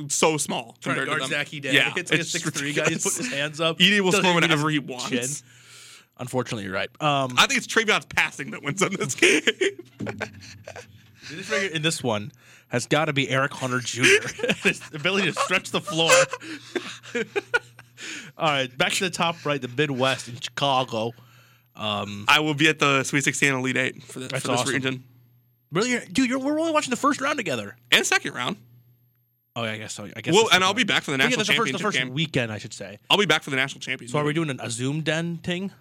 [SPEAKER 3] so small
[SPEAKER 4] trying to
[SPEAKER 3] compared
[SPEAKER 4] guard
[SPEAKER 3] them.
[SPEAKER 4] Zachy Day.
[SPEAKER 3] Yeah,
[SPEAKER 4] it's like a
[SPEAKER 3] just
[SPEAKER 4] six three guy.
[SPEAKER 3] ridiculous.
[SPEAKER 4] He's putting his hands up.
[SPEAKER 3] Edie will
[SPEAKER 4] Doesn't
[SPEAKER 3] score
[SPEAKER 4] even hit his
[SPEAKER 3] whenever he wants.
[SPEAKER 4] chin. Unfortunately, you're right. Um,
[SPEAKER 3] I think it's Travion's passing that wins on this game.
[SPEAKER 4] (laughs) this figure in this one has got to be Eric Hunter Jr. (laughs) his ability to stretch the (laughs) floor. All right, back to the top right, the Midwest in Chicago.
[SPEAKER 3] I will be at the Sweet 16 Elite Eight for, the,
[SPEAKER 4] That's
[SPEAKER 3] for this
[SPEAKER 4] awesome.
[SPEAKER 3] region
[SPEAKER 4] Really, you're- dude, you're, we're only watching the first round together.
[SPEAKER 3] and second round.
[SPEAKER 4] Oh, yeah, I guess so. I guess.
[SPEAKER 3] Well,
[SPEAKER 4] that's the
[SPEAKER 3] and I'll
[SPEAKER 4] point.
[SPEAKER 3] be back for the
[SPEAKER 4] But
[SPEAKER 3] national
[SPEAKER 4] yeah, that's the first, the
[SPEAKER 3] championship
[SPEAKER 4] first
[SPEAKER 3] game.
[SPEAKER 4] weekend, I should say.
[SPEAKER 3] I'll be back for the national championship.
[SPEAKER 4] So, are we doing an, a Zoom Den thing?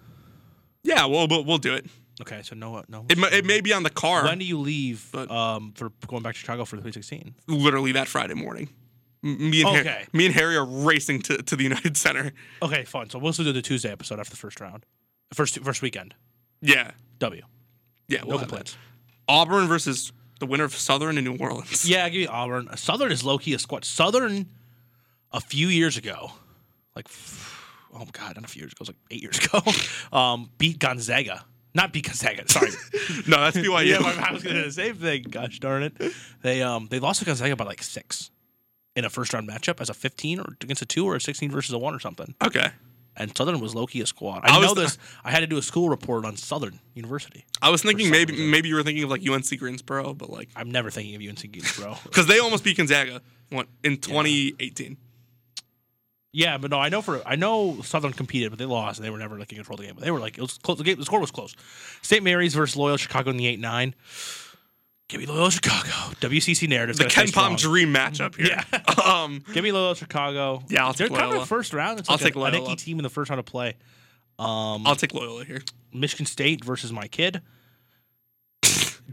[SPEAKER 3] yeah, we'll, we'll we'll do it.
[SPEAKER 4] Okay, so no, no.
[SPEAKER 3] It, mi- it may be on the car.
[SPEAKER 4] when do you leave
[SPEAKER 3] But-
[SPEAKER 4] um, for going back to Chicago for the 2016?
[SPEAKER 3] literally that Friday morning. M- Me and Har-
[SPEAKER 4] Okay.
[SPEAKER 3] me and Harry are racing to, to the United Center.
[SPEAKER 4] Okay, fine. So we'll still do the Tuesday episode after the first round, first first weekend.
[SPEAKER 3] Yeah,
[SPEAKER 4] W.
[SPEAKER 3] yeah.
[SPEAKER 4] No
[SPEAKER 3] We'll have that.
[SPEAKER 4] complaints.
[SPEAKER 3] Auburn versus the winner of Southern and New Orleans. (laughs)
[SPEAKER 4] (laughs) Yeah, give me Auburn. Southern is low key a squad. Southern, a few years ago, like f- oh my god, not a few years ago, it was like eight years (laughs) ago, um, beat Gonzaga. Not beat Gonzaga. Sorry. (laughs)
[SPEAKER 3] No, that's BYU.
[SPEAKER 4] yeah, my I was gonna say the same thing. Gosh darn it. They um they lost to Gonzaga by like six in a first round matchup as a 15 or against a two or a 16 versus a one or something.
[SPEAKER 3] okay.
[SPEAKER 4] and Southern was low key a squad. I,
[SPEAKER 3] I was
[SPEAKER 4] know
[SPEAKER 3] th-
[SPEAKER 4] this. I had to do a school report on Southern University.
[SPEAKER 3] I was thinking
[SPEAKER 4] some
[SPEAKER 3] maybe
[SPEAKER 4] reason.
[SPEAKER 3] maybe you were thinking of like UNC Greensboro, but like
[SPEAKER 4] I'm never thinking of UNC
[SPEAKER 3] (laughs)
[SPEAKER 4] Greensboro.
[SPEAKER 3] because they almost beat Gonzaga one- in 2018.
[SPEAKER 4] yeah, but no, I know for I know Southern competed, but they lost and they were never like in control of the game. But they were like it was close. The, game, the score was close. St. Mary's versus Loyal Chicago in the eight nine. Give me Loyola Chicago. WCC narrative.
[SPEAKER 3] The Ken Palm dream matchup here. Yeah. (laughs) um,
[SPEAKER 4] Give me Loyola Chicago.
[SPEAKER 3] Yeah, I'll
[SPEAKER 4] They're
[SPEAKER 3] take
[SPEAKER 4] kind of
[SPEAKER 3] Loyola.
[SPEAKER 4] a first round. It's
[SPEAKER 3] I'll
[SPEAKER 4] like
[SPEAKER 3] take
[SPEAKER 4] a,
[SPEAKER 3] Loyola.
[SPEAKER 4] An icky team in the first round of play. Um,
[SPEAKER 3] I'll take Loyola here.
[SPEAKER 4] Michigan State versus my kid, (laughs)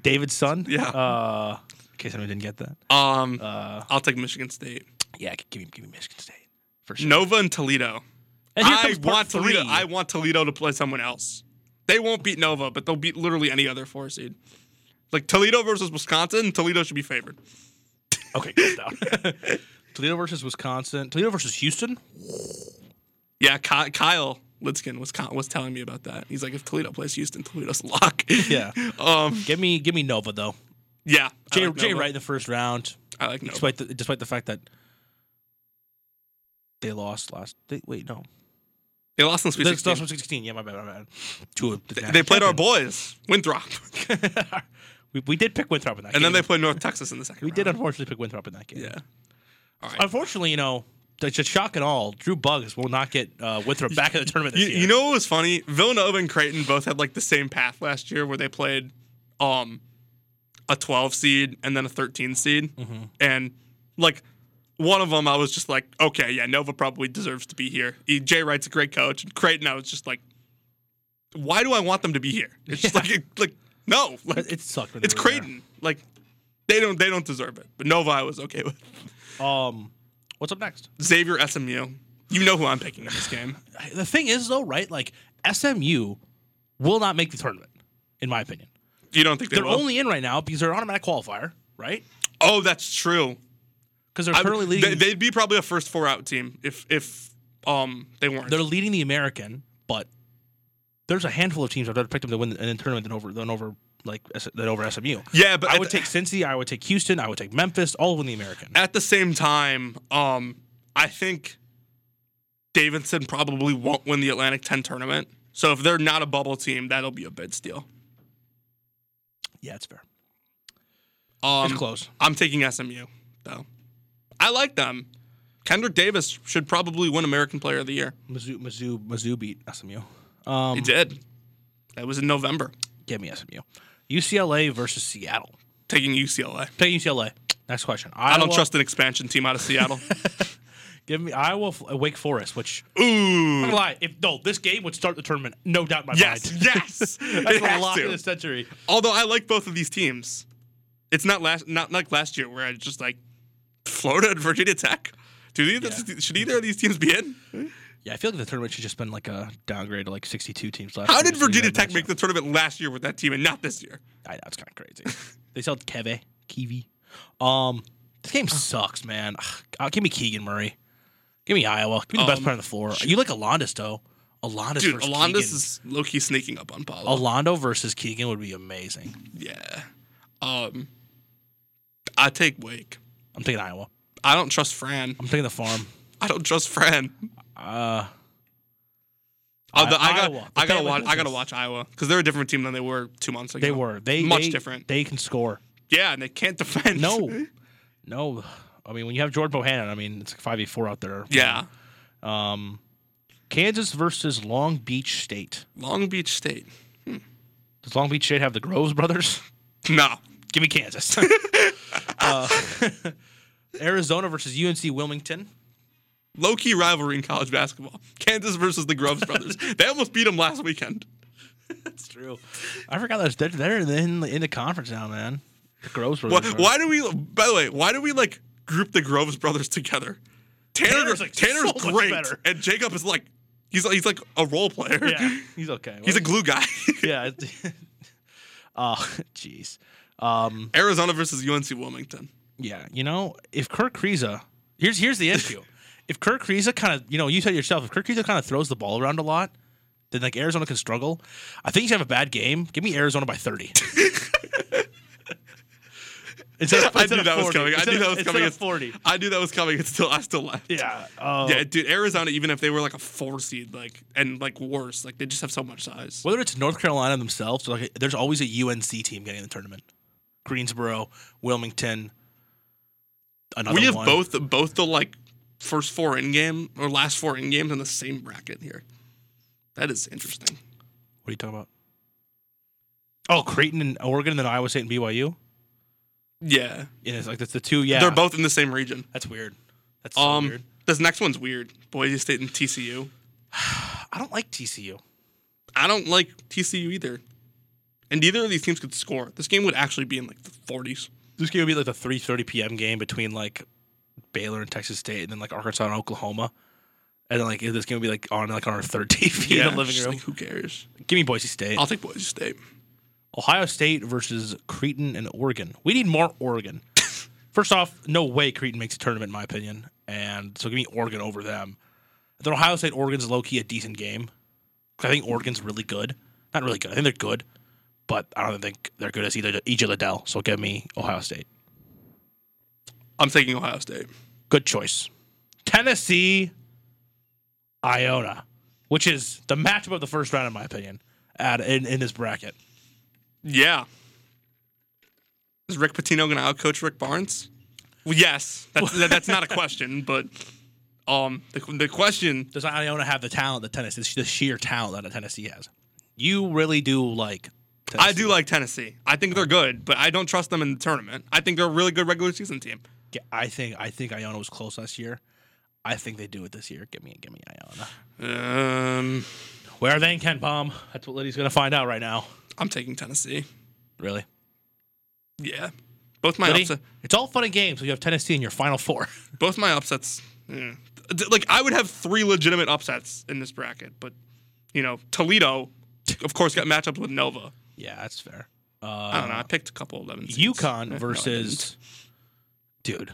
[SPEAKER 4] David's son.
[SPEAKER 3] Yeah.
[SPEAKER 4] Uh, in case anyone didn't get that.
[SPEAKER 3] Um,
[SPEAKER 4] Uh,
[SPEAKER 3] I'll take Michigan State.
[SPEAKER 4] yeah, give me give me Michigan State for sure.
[SPEAKER 3] Nova and Toledo.
[SPEAKER 4] And here
[SPEAKER 3] I
[SPEAKER 4] comes part
[SPEAKER 3] want Toledo.
[SPEAKER 4] three.
[SPEAKER 3] I want Toledo to play someone else. They won't beat Nova, but they'll beat literally any other four seed. Like Toledo versus Wisconsin, Toledo should be favored.
[SPEAKER 4] (laughs) okay, calm down. (laughs) Toledo versus Wisconsin. Toledo versus Houston.
[SPEAKER 3] Yeah, Ky- Kyle Lidskin was con- was telling me about that. He's like, if Toledo plays Houston, Toledo's (laughs) a lock.
[SPEAKER 4] (laughs) Yeah.
[SPEAKER 3] um.
[SPEAKER 4] Give me give me Nova though.
[SPEAKER 3] Yeah. I
[SPEAKER 4] Jay
[SPEAKER 3] like
[SPEAKER 4] Jay
[SPEAKER 3] Nova.
[SPEAKER 4] Wright in the first round,
[SPEAKER 3] I like Nova.
[SPEAKER 4] despite the despite the fact that they lost last. They, wait, no,
[SPEAKER 3] They lost in the Sweet
[SPEAKER 4] they lost
[SPEAKER 3] 16.
[SPEAKER 4] from sixteen. Yeah, my bad, my bad. To a,
[SPEAKER 3] They- They played our boys, Winthrop,
[SPEAKER 4] (laughs) we, we did pick Winthrop in that.
[SPEAKER 3] and then
[SPEAKER 4] game.
[SPEAKER 3] they played North Texas in the second.
[SPEAKER 4] We
[SPEAKER 3] round.
[SPEAKER 4] did unfortunately pick Winthrop in that game.
[SPEAKER 3] Yeah. All right.
[SPEAKER 4] Unfortunately, you know, to to shock and all, Drew Bugs will not get uh, Winthrop back in the tournament this
[SPEAKER 3] You,
[SPEAKER 4] year.
[SPEAKER 3] you know what was funny? Villanova and Creighton both had like the same path last year where they played um a 12 seed and then a 13 seed.
[SPEAKER 4] Mm-hmm.
[SPEAKER 3] And like one of them I was just like, okay, yeah, Nova probably deserves to be here. E- Jay Wright's a great coach. And Creighton I was just like why do I want them to be here? It's just like it, like no, like,
[SPEAKER 4] it, it sucked. when they
[SPEAKER 3] it's
[SPEAKER 4] were there.
[SPEAKER 3] Creighton. Like they don't they don't deserve it. But Nova I was okay with.
[SPEAKER 4] Um, what's up next?
[SPEAKER 3] Xavier SMU. You know who I'm picking in this game.
[SPEAKER 4] The thing is, though, right? Like SMU will not make the tournament, in my opinion.
[SPEAKER 3] You don't think they
[SPEAKER 4] They're
[SPEAKER 3] will?
[SPEAKER 4] only in right now because they're an automatic qualifier, right?
[SPEAKER 3] oh, that's true.
[SPEAKER 4] Because they're
[SPEAKER 3] I-
[SPEAKER 4] currently leading.
[SPEAKER 3] They, would be probably a first four out team if if um they weren't.
[SPEAKER 4] they're leading the American, but there's a handful of teams I've picked them to win an tournament than over than over like S- than over SMU.
[SPEAKER 3] yeah, but
[SPEAKER 4] I
[SPEAKER 3] at
[SPEAKER 4] would
[SPEAKER 3] the,
[SPEAKER 4] take Cincy. I would take Houston. I would take Memphis. All of them in the American.
[SPEAKER 3] at the same time. Um, I think Davidson probably won't win the Atlantic Ten tournament. So if they're not a bubble team, that'll be a big steal.
[SPEAKER 4] Yeah, it's fair.
[SPEAKER 3] Um,
[SPEAKER 4] It's close.
[SPEAKER 3] I'm taking SMU though. I like them. Kendrick Davis should probably win American Player of the Year.
[SPEAKER 4] Mizzou, Mizzou, Mizzou beat SMU. Um,
[SPEAKER 3] He did. That was in November.
[SPEAKER 4] give me SMU. UCLA versus Seattle.
[SPEAKER 3] Taking UCLA.
[SPEAKER 4] Take UCLA. Next question.
[SPEAKER 3] I don't trust an expansion team out of
[SPEAKER 4] (laughs)
[SPEAKER 3] Seattle.
[SPEAKER 4] Give me Iowa, F- Wake Forest. Which
[SPEAKER 3] Ooh.
[SPEAKER 4] I'm gonna lie. If no, this game would start the tournament. No doubt in my
[SPEAKER 3] Yes, (laughs)
[SPEAKER 4] mind.
[SPEAKER 3] yes.
[SPEAKER 4] (laughs) That's
[SPEAKER 3] It
[SPEAKER 4] a
[SPEAKER 3] has
[SPEAKER 4] lock
[SPEAKER 3] to.
[SPEAKER 4] of the century.
[SPEAKER 3] Although I like both of these teams. It's not last not like last year where I just like Florida and (laughs) Virginia Tech. Do either, (laughs) should either of these teams be in?
[SPEAKER 4] Yeah, I feel like the tournament should just been like a downgrade to like 62 teams last.
[SPEAKER 3] How
[SPEAKER 4] year,
[SPEAKER 3] did
[SPEAKER 4] so you
[SPEAKER 3] Virginia
[SPEAKER 4] had
[SPEAKER 3] Tech
[SPEAKER 4] matchup.
[SPEAKER 3] make the tournament last year with that team and not this year?
[SPEAKER 4] I know it's kind of crazy. (laughs) they sold Keve, Kiwi. Um, this game sucks, man. Ugh, God, give me Keegan Murray. Give me Iowa. Give me the best
[SPEAKER 3] Um,
[SPEAKER 4] player on the floor. You like Alondis though. Alondis
[SPEAKER 3] Dude,
[SPEAKER 4] versus
[SPEAKER 3] Alondas
[SPEAKER 4] Keegan. Oh.
[SPEAKER 3] is low key sneaking up on Paolo.
[SPEAKER 4] Alondo versus Keegan would be amazing.
[SPEAKER 3] yeah. Um I take Wake.
[SPEAKER 4] I'm taking Iowa.
[SPEAKER 3] I don't trust Fran.
[SPEAKER 4] I'm taking the farm.
[SPEAKER 3] I don't trust Fran.
[SPEAKER 4] Uh,
[SPEAKER 3] Although I, got
[SPEAKER 4] Iowa, but
[SPEAKER 3] I gotta
[SPEAKER 4] they-
[SPEAKER 3] watch I gotta watch Iowa because they're a different team than they were two months ago.
[SPEAKER 4] they were they
[SPEAKER 3] much
[SPEAKER 4] they-
[SPEAKER 3] different.
[SPEAKER 4] They
[SPEAKER 3] (laughs)
[SPEAKER 4] can score.
[SPEAKER 3] Yeah, and they can't defend.
[SPEAKER 4] No, no. I mean, when you have George Bohannon, I mean, it's five v four out there.
[SPEAKER 3] (laughs) yeah.
[SPEAKER 4] Um, Kansas versus Long Beach State.
[SPEAKER 3] Long Beach State.
[SPEAKER 4] Does Long Beach State have the Groves brothers? (laughs)
[SPEAKER 3] No.
[SPEAKER 4] Give
[SPEAKER 3] (laughs)
[SPEAKER 4] me Kansas. (laughs) Uh, (laughs) Arizona versus UNC Wilmington.
[SPEAKER 3] Low key rivalry in college basketball. Kansas versus the Groves brothers.
[SPEAKER 4] (laughs)
[SPEAKER 3] They almost beat them last weekend.
[SPEAKER 4] That's true. I forgot that's they're, they're in, in the conference now, man. The Groves
[SPEAKER 3] Why,
[SPEAKER 4] brothers. are-
[SPEAKER 3] why do we? By the way, why do we like group the Groves brothers together? Tanner,
[SPEAKER 4] Tanner's,
[SPEAKER 3] Tanner's,
[SPEAKER 4] like, so much
[SPEAKER 3] great,
[SPEAKER 4] better.
[SPEAKER 3] and Jacob is like he's he's like a role player.
[SPEAKER 4] Yeah, he's okay.
[SPEAKER 3] (laughs) He's a glue guy. (laughs)
[SPEAKER 4] yeah. (laughs) oh, (laughs) jeez. Um,
[SPEAKER 3] Arizona versus UNC Wilmington.
[SPEAKER 4] yeah, you know, if Kirk Kriza, here's
[SPEAKER 3] (laughs)
[SPEAKER 4] here's the issue. if Kirk Kriza kind of, you know, you said yourself, if Kirk Kriza kind of throws the ball around a lot, then like Arizona can struggle. I think you have a bad game. Give me Arizona by
[SPEAKER 3] (laughs)
[SPEAKER 4] thirty. instead of,
[SPEAKER 3] I
[SPEAKER 4] instead
[SPEAKER 3] knew
[SPEAKER 4] of
[SPEAKER 3] that was
[SPEAKER 4] 40,
[SPEAKER 3] coming. I
[SPEAKER 4] instead
[SPEAKER 3] knew
[SPEAKER 4] of-
[SPEAKER 3] that was
[SPEAKER 4] instead
[SPEAKER 3] coming.
[SPEAKER 4] of Forty.
[SPEAKER 3] I knew that was coming. It's still I still left.
[SPEAKER 4] Yeah. Uh,
[SPEAKER 3] Yeah, dude, Arizona, even if they were like a four seed, like and like worse, like they just have so much size.
[SPEAKER 4] Whether it's North Carolina themselves, like there's always a UNC team getting in the tournament. Greensboro, Wilmington, another
[SPEAKER 3] we have
[SPEAKER 4] one.
[SPEAKER 3] both both the like first four in game or last four in games in the same bracket here. That is interesting.
[SPEAKER 4] What are you talking about? Oh, Creighton and Oregon, and then Iowa State and BYU.
[SPEAKER 3] Yeah.
[SPEAKER 4] And it's like that's the two. Yeah,
[SPEAKER 3] They're both in the same region.
[SPEAKER 4] That's weird. That's so
[SPEAKER 3] Um,
[SPEAKER 4] weird.
[SPEAKER 3] this next one's weird. Boise State and TCU.
[SPEAKER 4] I don't like TCU.
[SPEAKER 3] I don't like TCU either. And neither of these teams could score. This game would actually be in like the 40s.
[SPEAKER 4] This game would be like the 3:30 p.m. game between like Baylor and Texas State, and then like Arkansas and Oklahoma, and then like this game would be like on like on our third (laughs) TV in the living
[SPEAKER 3] just
[SPEAKER 4] room.
[SPEAKER 3] like, who cares?
[SPEAKER 4] Give me Boise State,
[SPEAKER 3] I'll take Boise State.
[SPEAKER 4] Ohio State versus Creighton and Oregon. We need more Oregon. (coughs) First off, no way Creighton makes a tournament in my opinion, and so give me Oregon over them. Then Ohio State Oregon's low key a decent game. 'Cause I think Oregon's really good. Not really good. I think they're good, but I don't think they're good as either EJ Liddell. So give me Ohio State.
[SPEAKER 3] I'm taking Ohio State.
[SPEAKER 4] good choice. Tennessee, Iona, which is the matchup of the first round, in my opinion, at, in, in this bracket.
[SPEAKER 3] Yeah. Is Rick Pitino going to outcoach Rick Barnes? Well, yes. That's, that, that's not a question, (laughs) but um, the, the question
[SPEAKER 4] Does Iona have the talent that Tennessee, the sheer talent that Tennessee has? You really do like. Tennessee.
[SPEAKER 3] I do like Tennessee. I think they're good, but I don't trust them in the tournament. I think they're a really good regular season team.
[SPEAKER 4] Yeah, I think I think Iona was close last year. I think they do it this year. Give me, give me Iona.
[SPEAKER 3] Um,
[SPEAKER 4] Where are they in Ken Palm? That's what Liddy's going to find out right now.
[SPEAKER 3] I'm taking Tennessee.
[SPEAKER 4] Really,
[SPEAKER 3] Yeah, both my
[SPEAKER 4] Liddy?
[SPEAKER 3] upset,
[SPEAKER 4] It's all fun and games. when You have Tennessee in your final four. (laughs)
[SPEAKER 3] both my upsets. yeah. D- Like I would have three legitimate upsets in this bracket, but you know Toledo, of course, got matchups with Nova.
[SPEAKER 4] yeah, that's fair. Uh,
[SPEAKER 3] I don't know. I picked a couple Eh, of them.
[SPEAKER 4] UConn versus dude.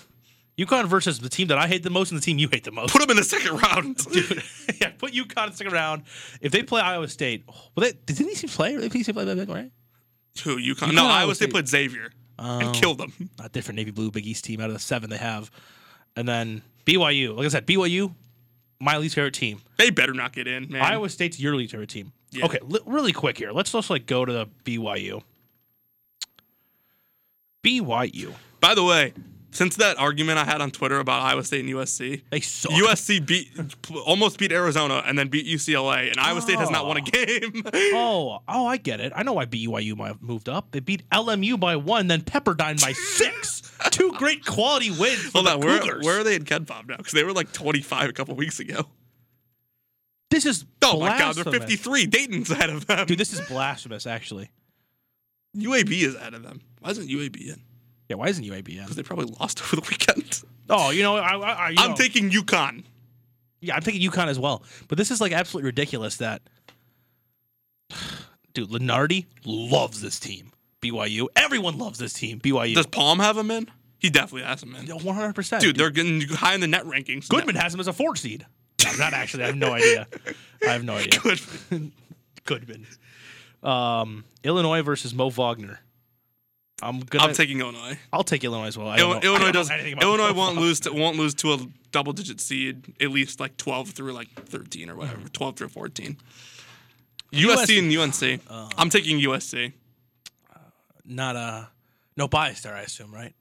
[SPEAKER 4] (laughs) UConn versus the team that I hate the most and the team you hate the most.
[SPEAKER 3] put them in the second (laughs) round.
[SPEAKER 4] Dude, (laughs) yeah, put UConn in the second round. If they play Iowa State, oh, well, they, did these teams play? Or they these teams play back, right?
[SPEAKER 3] Who UConn? No,
[SPEAKER 4] Iowa
[SPEAKER 3] Iowa State Oh. played
[SPEAKER 4] State.
[SPEAKER 3] Xavier and killed them.
[SPEAKER 4] Not different Navy Blue Big East team out of the seven they have, and then BYU. Like I said, BYU, my least favorite team.
[SPEAKER 3] They better not get in, man.
[SPEAKER 4] Iowa State's your least favorite team.
[SPEAKER 3] Yeah.
[SPEAKER 4] Okay, li- really quick here. Let's just like go to the BYU. BYU,
[SPEAKER 3] By the way, since that argument I had on Twitter about Iowa State and USC,
[SPEAKER 4] they suck.
[SPEAKER 3] USC beat almost beat Arizona and then beat UCLA, and Iowa State has not won a game. (laughs)
[SPEAKER 4] Oh, oh, I get it. I know why BYU might have moved up. They beat LMU by one, then Pepperdine
[SPEAKER 3] (laughs)
[SPEAKER 4] by six. Two great quality wins. for
[SPEAKER 3] Hold
[SPEAKER 4] the
[SPEAKER 3] on, where,
[SPEAKER 4] Cougars.
[SPEAKER 3] where are they in Ken Pop now? Because they were like 25 a couple weeks ago.
[SPEAKER 4] This is
[SPEAKER 3] Oh my God,
[SPEAKER 4] blasphemous.
[SPEAKER 3] they're 53. Dayton's ahead of them.
[SPEAKER 4] Dude, this is blasphemous. Actually,
[SPEAKER 3] UAB is ahead of them. Why isn't UAB in?
[SPEAKER 4] yeah. Why isn't UAB in?
[SPEAKER 3] Because they probably lost (laughs) over the weekend.
[SPEAKER 4] Oh, you know, I, I, I you
[SPEAKER 3] I'm
[SPEAKER 4] know,
[SPEAKER 3] taking UConn.
[SPEAKER 4] yeah, I'm taking UConn as well. But this is like absolutely ridiculous. That (sighs) dude, Lenardi loves this team. BYU, everyone loves this team. BYU,
[SPEAKER 3] Does Palm have them in? He definitely has them in. Dude,
[SPEAKER 4] 100. percent
[SPEAKER 3] they're getting high in the net rankings. now.
[SPEAKER 4] Goodman has him as a four seed. No, not actually. I have no idea. I have no (laughs) idea.
[SPEAKER 3] Goodman.
[SPEAKER 4] Goodman. Um, Illinois versus Mo Wagner. I'm
[SPEAKER 3] (laughs)
[SPEAKER 4] gonna.
[SPEAKER 3] I'm taking Illinois.
[SPEAKER 4] I'll take Illinois as well. I
[SPEAKER 3] Illinois,
[SPEAKER 4] don't know- I don't know
[SPEAKER 3] does.
[SPEAKER 4] anything about
[SPEAKER 3] Illinois
[SPEAKER 4] Mo
[SPEAKER 3] won't
[SPEAKER 4] Wagner.
[SPEAKER 3] lose. To, won't lose to a double-digit seed. At least like 12 through like 13 or
[SPEAKER 4] Mm-hmm.
[SPEAKER 3] whatever. 12 through 14.
[SPEAKER 4] Uh,
[SPEAKER 3] USC, and UNC. I'm taking USC.
[SPEAKER 4] Not a no bias there. I assume right.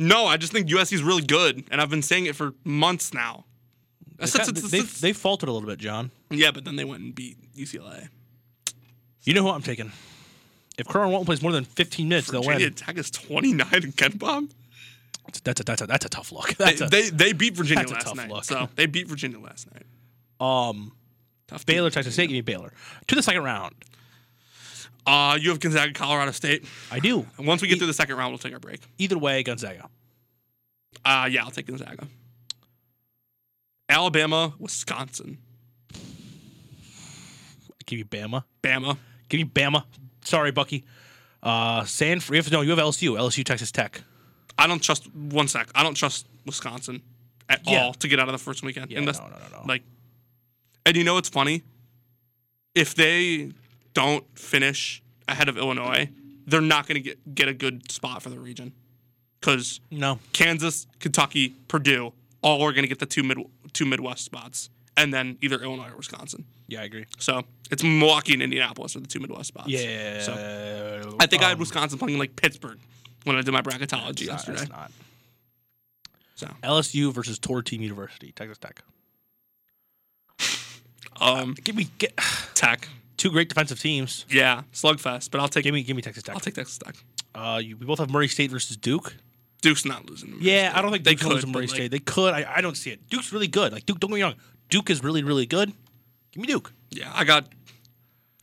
[SPEAKER 3] No, I just think USC is really good, and I've been saying it for months now. That's-
[SPEAKER 4] They,
[SPEAKER 3] that's-
[SPEAKER 4] they,
[SPEAKER 3] that's-
[SPEAKER 4] they faltered a little bit, John.
[SPEAKER 3] yeah, but then they went and beat UCLA.
[SPEAKER 4] You know who I'm taking. If Curran Walton plays more than 15 minutes,
[SPEAKER 3] Virginia
[SPEAKER 4] they'll win.
[SPEAKER 3] Tech is 29 in Ken Palm.
[SPEAKER 4] That's a that's a that's a tough look.
[SPEAKER 3] They,
[SPEAKER 4] That's a,
[SPEAKER 3] they they beat Virginia
[SPEAKER 4] that's a
[SPEAKER 3] last
[SPEAKER 4] tough
[SPEAKER 3] night.
[SPEAKER 4] look.
[SPEAKER 3] So they beat Virginia last night.
[SPEAKER 4] um
[SPEAKER 3] Tough team.
[SPEAKER 4] Baylor Texas State. Give me Baylor to the second round.
[SPEAKER 3] Uh, you have Gonzaga, Colorado State.
[SPEAKER 4] I do.
[SPEAKER 3] And once we get through the second round, we'll take our break.
[SPEAKER 4] Either way, Gonzaga.
[SPEAKER 3] Uh, yeah, I'll take Gonzaga. Alabama, Wisconsin,
[SPEAKER 4] Give me Bama.
[SPEAKER 3] Bama.
[SPEAKER 4] Give me Bama. Sorry, Bucky. Uh, Sanford. You have, no, you have LSU. LSU Texas Tech.
[SPEAKER 3] I don't trust one sec. I don't trust Wisconsin at
[SPEAKER 4] Yeah.
[SPEAKER 3] all to get out of the first weekend.
[SPEAKER 4] Yeah,
[SPEAKER 3] unless,
[SPEAKER 4] no, no, no, no.
[SPEAKER 3] Like, and you know what's funny? If they don't finish ahead of Illinois, they're not going to get get a good spot for the region because
[SPEAKER 4] No.
[SPEAKER 3] Kansas, Kentucky, Purdue, all are going to get the two mid two Midwest spots, and then either Illinois or Wisconsin.
[SPEAKER 4] Yeah, I agree.
[SPEAKER 3] So it's Milwaukee and Indianapolis are the two Midwest spots.
[SPEAKER 4] Yeah.
[SPEAKER 3] So I think I had Wisconsin playing like Pittsburgh when I did my bracketology
[SPEAKER 4] It's
[SPEAKER 3] yesterday.
[SPEAKER 4] Oh, not.
[SPEAKER 3] So
[SPEAKER 4] LSU versus Tor Team University, Texas Tech.
[SPEAKER 3] um,
[SPEAKER 4] Give me get,
[SPEAKER 3] Tech,
[SPEAKER 4] two great defensive teams.
[SPEAKER 3] yeah, slugfest. But I'll take
[SPEAKER 4] Give me give me Texas Tech.
[SPEAKER 3] I'll take Texas Tech.
[SPEAKER 4] Uh, you, we both have Murray State versus Duke.
[SPEAKER 3] Duke's not losing. to Murray
[SPEAKER 4] Yeah,
[SPEAKER 3] State.
[SPEAKER 4] I don't think
[SPEAKER 3] they
[SPEAKER 4] they Duke could. Lose to
[SPEAKER 3] but,
[SPEAKER 4] Murray
[SPEAKER 3] like,
[SPEAKER 4] State. They could. I, I don't see it. Duke's really good. Like Duke. Don't get me wrong. Duke is really really good. Give me Duke.
[SPEAKER 3] Yeah, I got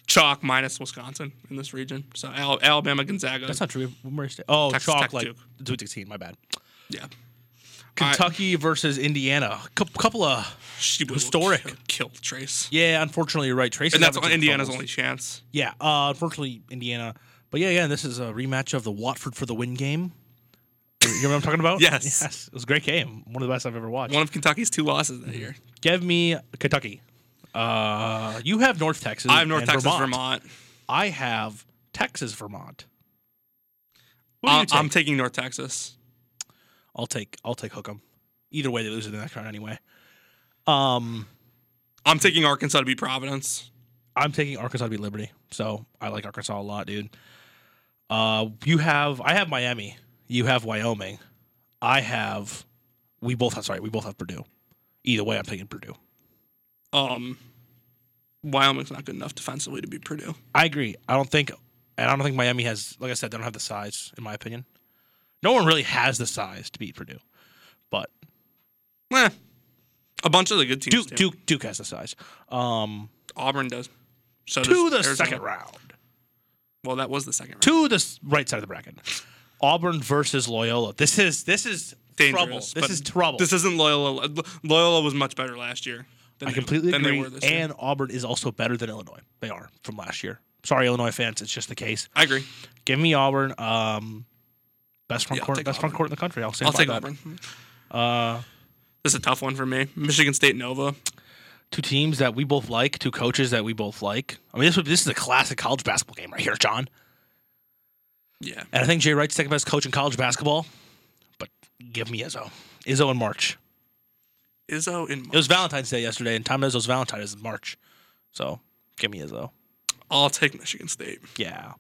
[SPEAKER 3] chalk minus Wisconsin in this region. So Al- Alabama, Gonzaga.
[SPEAKER 4] That's not true. Murray State. Oh,
[SPEAKER 3] Texas
[SPEAKER 4] chalk
[SPEAKER 3] Tech,
[SPEAKER 4] like
[SPEAKER 3] Duke.
[SPEAKER 4] Duke 16. My bad.
[SPEAKER 3] yeah,
[SPEAKER 4] Kentucky versus Indiana. Cou- couple of
[SPEAKER 3] she will
[SPEAKER 4] Historic.
[SPEAKER 3] kill, kill Trace,
[SPEAKER 4] yeah. Unfortunately, you're right. Tracy
[SPEAKER 3] and that's Indiana's only chance.
[SPEAKER 4] Yeah, uh, unfortunately, Indiana. But yeah, yeah, this is a rematch of the Watford for the win game. You remember what I'm talking about?
[SPEAKER 3] (laughs) Yes.
[SPEAKER 4] Yes. It was a great game. One of the best I've ever watched.
[SPEAKER 3] One of Kentucky's two losses
[SPEAKER 4] Mm-hmm.
[SPEAKER 3] that year.
[SPEAKER 4] Give me Kentucky. Uh, you have North Texas.
[SPEAKER 3] I have North
[SPEAKER 4] and
[SPEAKER 3] Texas, Vermont.
[SPEAKER 4] I have Texas, Vermont. Who do
[SPEAKER 3] I-
[SPEAKER 4] you take?
[SPEAKER 3] Uh, I'm taking North Texas.
[SPEAKER 4] I'll take I'll take Hookem. Either way, they lose in the next round anyway. Um,
[SPEAKER 3] I'm taking Arkansas to beat Providence.
[SPEAKER 4] I'm taking Arkansas to beat Liberty, so I like Arkansas a lot, dude. Uh, you have I have Miami, you have Wyoming, I have we both have sorry we both have Purdue. Either way, I'm taking Purdue.
[SPEAKER 3] Um, Wyoming's not good enough defensively to beat Purdue.
[SPEAKER 4] I agree. I don't think and I don't think Miami has like I said they don't have the size in my opinion. No one really has the size to beat Purdue, but
[SPEAKER 3] Eh, a bunch of the good teams.
[SPEAKER 4] Duke
[SPEAKER 3] do.
[SPEAKER 4] Duke Duke has the size. Um,
[SPEAKER 3] Auburn does. So
[SPEAKER 4] to
[SPEAKER 3] does
[SPEAKER 4] the
[SPEAKER 3] Arizona.
[SPEAKER 4] second round.
[SPEAKER 3] Well, that was the second round.
[SPEAKER 4] to the s- right side of the bracket. Auburn versus Loyola. This is this is
[SPEAKER 3] Dangerous,
[SPEAKER 4] trouble. This
[SPEAKER 3] but
[SPEAKER 4] is trouble.
[SPEAKER 3] This isn't Loyola. Loyola was much better last year. Than
[SPEAKER 4] I
[SPEAKER 3] they-
[SPEAKER 4] completely
[SPEAKER 3] than
[SPEAKER 4] agree.
[SPEAKER 3] They were this year.
[SPEAKER 4] and Auburn is also better than Illinois. They are from last year. Sorry, Illinois fans, it's just the case.
[SPEAKER 3] I agree.
[SPEAKER 4] Give me Auburn. Um, best front
[SPEAKER 3] Yeah, I'll
[SPEAKER 4] court,
[SPEAKER 3] take
[SPEAKER 4] best front
[SPEAKER 3] Auburn.
[SPEAKER 4] court in the country. I'll,
[SPEAKER 3] I'll take
[SPEAKER 4] that.
[SPEAKER 3] Auburn.
[SPEAKER 4] Uh,
[SPEAKER 3] This is a tough one for me. Michigan State Nova.
[SPEAKER 4] two teams that we both like, two coaches that we both like. I mean, this would- this is a classic college basketball game right here, John.
[SPEAKER 3] Yeah.
[SPEAKER 4] And I think Jay Wright's second best coach in college basketball. But give me Izzo, Izzo in March.
[SPEAKER 3] Izzo in.
[SPEAKER 4] It was Valentine's Day yesterday, and Tom Izzo's Valentine is in March. So give me Izzo.
[SPEAKER 3] I'll take Michigan State.
[SPEAKER 4] Yeah.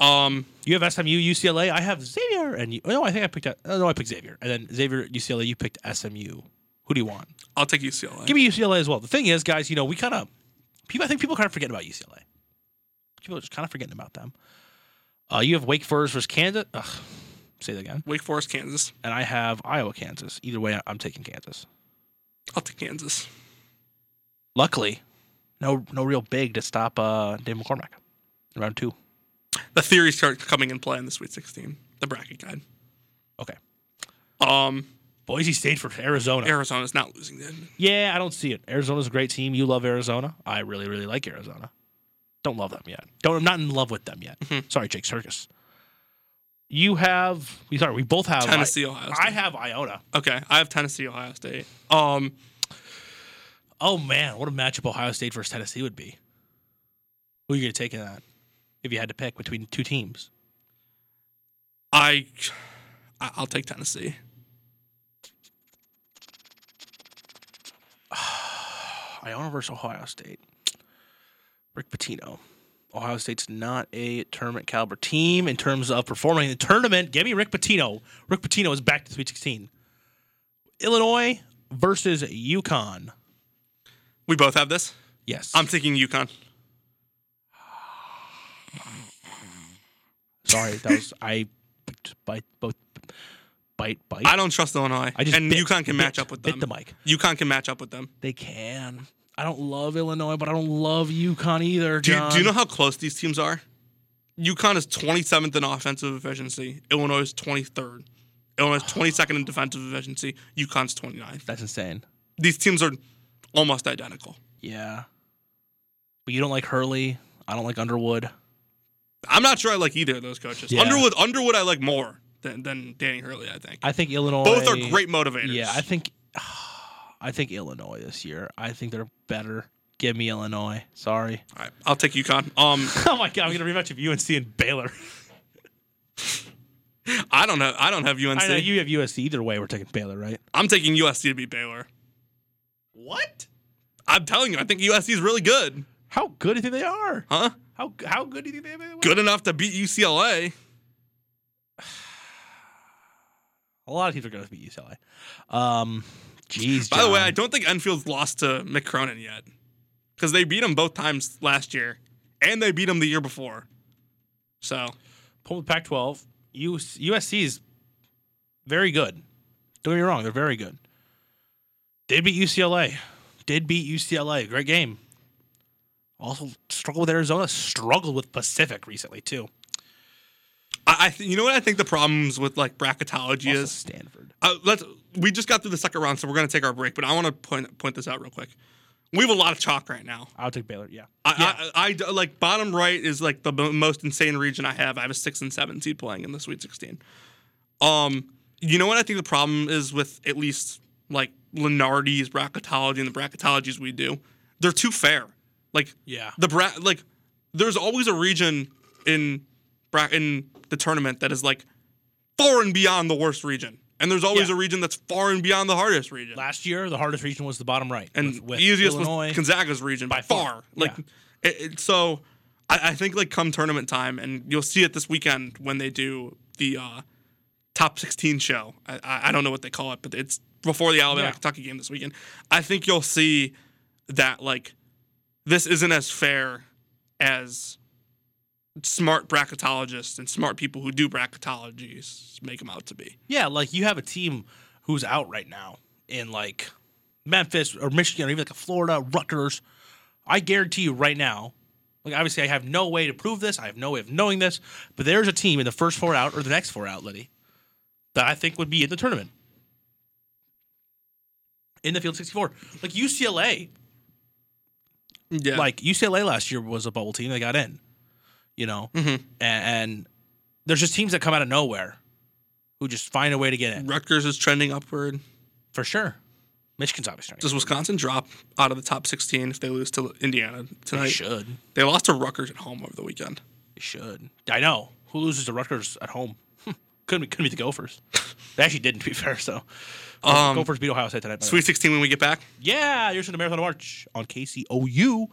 [SPEAKER 3] Um,
[SPEAKER 4] You have SMU, UCLA. I have Xavier, and you. Oh, no, I think I picked. Oh, no, I picked Xavier, and then Xavier, UCLA. You picked SMU. Who do you want?
[SPEAKER 3] I'll take UCLA.
[SPEAKER 4] Give me UCLA as well. The thing is, guys, you know we kind of. People, I think people kind of forget about UCLA. People are just kind of forgetting about them. Uh, you have Wake Forest versus Kansas. Ugh, say that again.
[SPEAKER 3] Wake Forest, Kansas.
[SPEAKER 4] And I have Iowa, Kansas. Either way, I'm taking Kansas.
[SPEAKER 3] I'll take Kansas.
[SPEAKER 4] Luckily, no no real big to stop uh, Dave McCormack in round two.
[SPEAKER 3] The theories start coming in play in the Sweet 16. The bracket guide.
[SPEAKER 4] Okay.
[SPEAKER 3] Um,
[SPEAKER 4] Boise State for Arizona.
[SPEAKER 3] Arizona's not losing. Dude.
[SPEAKER 4] yeah, I don't see it. Arizona's a great team. You love Arizona. I really, really like Arizona. Don't love them yet. Don't. I'm not in love with them yet.
[SPEAKER 3] Mhm.
[SPEAKER 4] Sorry, Jake Circus. You have. We sorry. We both have.
[SPEAKER 3] Tennessee, Ohio State.
[SPEAKER 4] I, I have Iona.
[SPEAKER 3] okay, I have Tennessee, Ohio State. Um,
[SPEAKER 4] Oh man, what a matchup Ohio State versus Tennessee would be. Who are you going to take in that? If you had to pick between two teams,
[SPEAKER 3] I, I- I'll take Tennessee.
[SPEAKER 4] (sighs) Iona versus Ohio State. Rick Pitino. Ohio State's not a tournament caliber team in terms of performing in the tournament. Give me Rick Pitino. Rick Pitino is back to the Sweet 16. Illinois versus Yukon.
[SPEAKER 3] We both have this.
[SPEAKER 4] Yes.
[SPEAKER 3] I'm taking UConn.
[SPEAKER 4] (laughs) sorry. That was I bite both bite bite.
[SPEAKER 3] I don't trust Illinois,
[SPEAKER 4] I just
[SPEAKER 3] and
[SPEAKER 4] bit-
[SPEAKER 3] UConn can match
[SPEAKER 4] bit-
[SPEAKER 3] up with
[SPEAKER 4] bit
[SPEAKER 3] them.
[SPEAKER 4] the mic.
[SPEAKER 3] UConn can match up with them.
[SPEAKER 4] They can. I don't love Illinois, but I don't love Yukon either.
[SPEAKER 3] Do you,
[SPEAKER 4] John.
[SPEAKER 3] do you know how close these teams are? UConn is 27th in offensive efficiency. Illinois is 23rd. Illinois is 22nd in defensive efficiency. UConn's 29th.
[SPEAKER 4] that's insane.
[SPEAKER 3] These teams are almost identical.
[SPEAKER 4] Yeah. But you don't like Hurley. I don't like Underwood.
[SPEAKER 3] I'm not sure I like either of those coaches.
[SPEAKER 4] Yeah.
[SPEAKER 3] Underwood, Underwood, I like more than, than Danny Hurley. I think
[SPEAKER 4] I think Illinois.
[SPEAKER 3] both are great motivators.
[SPEAKER 4] Yeah, I think (sighs) I think Illinois this year. I think they're better. Give me Illinois. Sorry.
[SPEAKER 3] All right, I'll take UConn. Um,
[SPEAKER 4] (laughs)
[SPEAKER 3] (laughs)
[SPEAKER 4] Oh my god, I'm gonna rematch of UNC and Baylor. (laughs)
[SPEAKER 3] I don't know. I don't have UNC.
[SPEAKER 4] I know you have USC. Either way, we're taking Baylor, right?
[SPEAKER 3] I'm taking USC to beat Baylor.
[SPEAKER 4] What?
[SPEAKER 3] I'm telling you, I think USC is really good.
[SPEAKER 4] How good do you think they are?
[SPEAKER 3] Huh?
[SPEAKER 4] How how good do you think they are?
[SPEAKER 3] Good enough to beat UCLA.
[SPEAKER 4] A lot of teams are gonna beat UCLA. Um, jeez.
[SPEAKER 3] By the way,
[SPEAKER 4] John.
[SPEAKER 3] I don't think Enfield's lost to Mick Cronin yet. Because they beat him both times last year. And they beat him the year before. So
[SPEAKER 4] pull the Pac-12. US, USC is very good. Don't get me wrong; they're very good. Did beat UCLA. Did beat UCLA. Great game. Also struggled with Arizona. Struggled with Pacific recently too.
[SPEAKER 3] I, I th- you know what I think the problems with like bracketology
[SPEAKER 4] Also
[SPEAKER 3] is.
[SPEAKER 4] Stanford.
[SPEAKER 3] Uh, let's. We just got through the second round, so we're gonna take our break. But I want to point point this out real quick. We have a lot of chalk right now.
[SPEAKER 4] I'll take Baylor. Yeah.
[SPEAKER 3] I, I, I- I- like bottom right is like the b- most insane region I have. I have a six and seven seed playing in the Sweet Sixteen. Um, you know what I think the problem is with at least like Lenardi's bracketology and the bracketologies we do, they're too fair. Like
[SPEAKER 4] Yeah.
[SPEAKER 3] the bra- like there's always a region in bra- in the tournament that is like far and beyond the worst region, and there's always
[SPEAKER 4] Yeah.
[SPEAKER 3] a region that's far and beyond the hardest region.
[SPEAKER 4] Last year, the hardest region was the bottom right,
[SPEAKER 3] and
[SPEAKER 4] with, with
[SPEAKER 3] the easiest
[SPEAKER 4] Illinois.
[SPEAKER 3] was Gonzaga's region by, far.
[SPEAKER 4] far.
[SPEAKER 3] Like, it, it- so I, I think like come tournament time, and you'll see it this weekend when they do the uh, top sixteen show. I, I, I don't know what they call it, but it's before the Alabama
[SPEAKER 4] Yeah.
[SPEAKER 3] Kentucky game this weekend. I think you'll see that like this isn't as fair as smart bracketologists and smart people who do bracketologies make them out to be.
[SPEAKER 4] Yeah, like you have a team who's out right now in like Memphis or Michigan or even like a Florida, Rutgers. I guarantee you right now, like obviously I have no way to prove this. I have no way of knowing this, but there's a team in the first four out or the next four out, Liddy, that I think would be in the tournament. In the field 64. Like UCLA.
[SPEAKER 3] Yeah,
[SPEAKER 4] Like UCLA last year was a bubble team. They got in. You know? And, and there's just teams that come out of nowhere who just find a way to get in.
[SPEAKER 3] Rutgers is trending upward.
[SPEAKER 4] For sure. Michigan's obviously
[SPEAKER 3] Does Wisconsin drop out of the top 16 if they lose to Indiana
[SPEAKER 4] They
[SPEAKER 3] tonight?
[SPEAKER 4] should.
[SPEAKER 3] They lost to Rutgers at home over the weekend.
[SPEAKER 4] They should. I know. Who loses to Rutgers at home? (laughs) Hmm. couldn't be couldn't be the Gophers. they actually didn't, to be (laughs) fair, so
[SPEAKER 3] Um,
[SPEAKER 4] Gophers beat Ohio State tonight. by the way.
[SPEAKER 3] Sweet 16 when we get back.
[SPEAKER 4] Yeah, you're listening to Marathon of March on KCOU.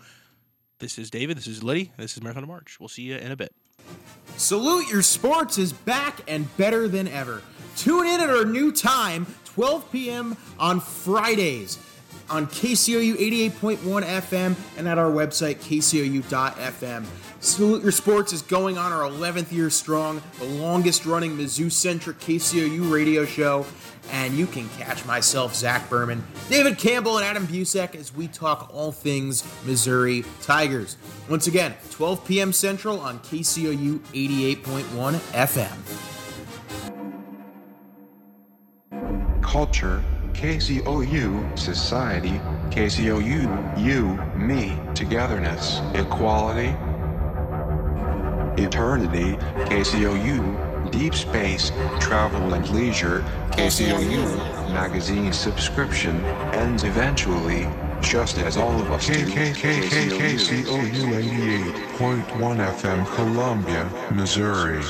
[SPEAKER 4] This is David, this is Liddy, this is Marathon of March. We'll see you in a bit.
[SPEAKER 5] Salute Your Sports is back and better than ever. Tune in at our new time, 12 p.m. on Fridays on KCOU 88.1 FM and at our website, kcou.fm. Salute Your Sports is going on our 11th year strong, the longest running Mizzou centric KCOU radio show. And you can catch myself, Zach Berman, David Campbell, and Adam Busek as we talk all things Missouri Tigers. Once again, 12 p.m. Central on KCOU 88.1 FM.
[SPEAKER 6] culture, KCOU, society, KCOU, you, me, togetherness, equality, eternity, KCOU, deep space, travel and leisure, KCOU, magazine subscription, ends eventually, just as all of us do.
[SPEAKER 7] KKKKKCOU 88.1 FM Columbia, Missouri.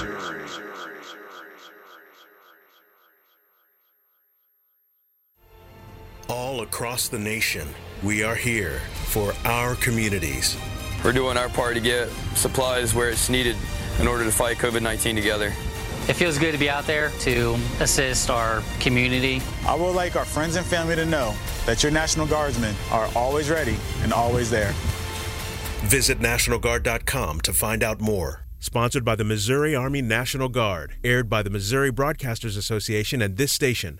[SPEAKER 8] All across the nation, we are here for our communities.
[SPEAKER 9] We're doing our part to get supplies where it's needed in order to fight COVID 19 together.
[SPEAKER 10] It feels good to be out there to assist our community.
[SPEAKER 11] I would like our friends and family to know that your National Guardsmen are always ready and always there.
[SPEAKER 8] Visit NationalGuard.com to find out more.
[SPEAKER 12] Sponsored by the Missouri Army National Guard, aired by the Missouri Broadcasters Association and this station.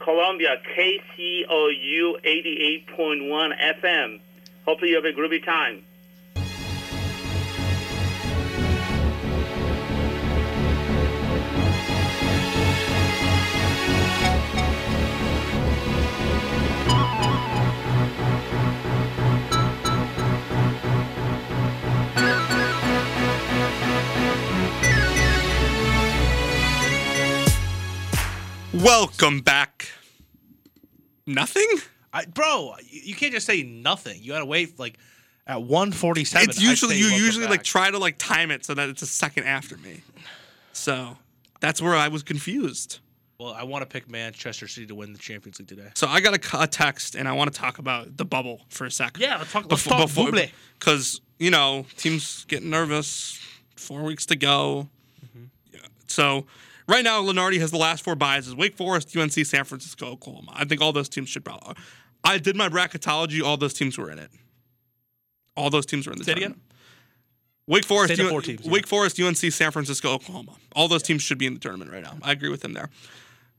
[SPEAKER 11] Columbia KCOU 88.1 FM. Hopefully, you have a groovy time.
[SPEAKER 3] Welcome back. Nothing?
[SPEAKER 4] I, bro, you, you can't just say nothing. You gotta wait like at 147.
[SPEAKER 3] it's usually you usually like
[SPEAKER 4] try
[SPEAKER 3] try to like time it so that it's a second after me. So that's where I was confused.
[SPEAKER 4] Well, I want to pick Manchester City to win the Champions League today.
[SPEAKER 3] So I got a, c- a text, and I want to talk about the bubble for a second.
[SPEAKER 4] Yeah, let's talk about talk Buble.
[SPEAKER 3] because you know teams getting nervous. Four weeks to go.
[SPEAKER 4] Mm-hmm.
[SPEAKER 3] Yeah, So right now, Lenardi has the last four buys: is Wake Forest, UNC, San Francisco, Oklahoma. I think all those teams should probably. I did my bracketology. All those teams were in it. All those teams were in the
[SPEAKER 4] Say it
[SPEAKER 3] tournament. Wake Forest,
[SPEAKER 4] Say the
[SPEAKER 3] U-
[SPEAKER 4] four teams, yeah.
[SPEAKER 3] Wake Forest, UNC, San Francisco, Oklahoma. All those teams should be in the tournament right now. I agree with him there.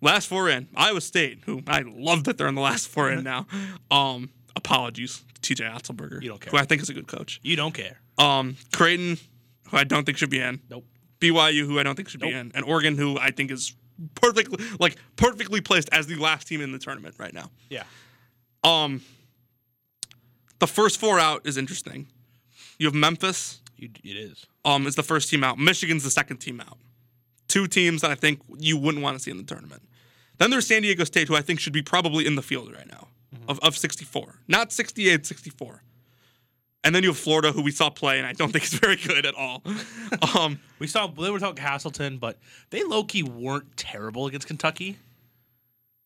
[SPEAKER 3] Last four in, Iowa State, who I love that they're in the last four
[SPEAKER 4] (laughs)
[SPEAKER 3] in now. Um, apologies, TJ Otzelberger,
[SPEAKER 4] You don't care.
[SPEAKER 3] who I think is a good coach.
[SPEAKER 4] You don't care.
[SPEAKER 3] Um, Creighton, who I don't think should be in.
[SPEAKER 4] Nope.
[SPEAKER 3] BYU, who I don't think should be
[SPEAKER 4] Nope.
[SPEAKER 3] in, and Oregon, who I think is perfectly like perfectly placed as the last team in the tournament right now.
[SPEAKER 4] Yeah.
[SPEAKER 3] Um, the first four out is interesting. You have Memphis,
[SPEAKER 4] You, it is.
[SPEAKER 3] um, is the first team out. Michigan's the second team out. Two teams that I think you wouldn't want to see in the tournament. Then there's San Diego State, who I think should be probably in the field right now of, of 64, not 68, 64. And then you have Florida, who we saw play, and I don't think is very good at all. Um,
[SPEAKER 4] We saw they were talking Castleton, but they low key weren't terrible against Kentucky.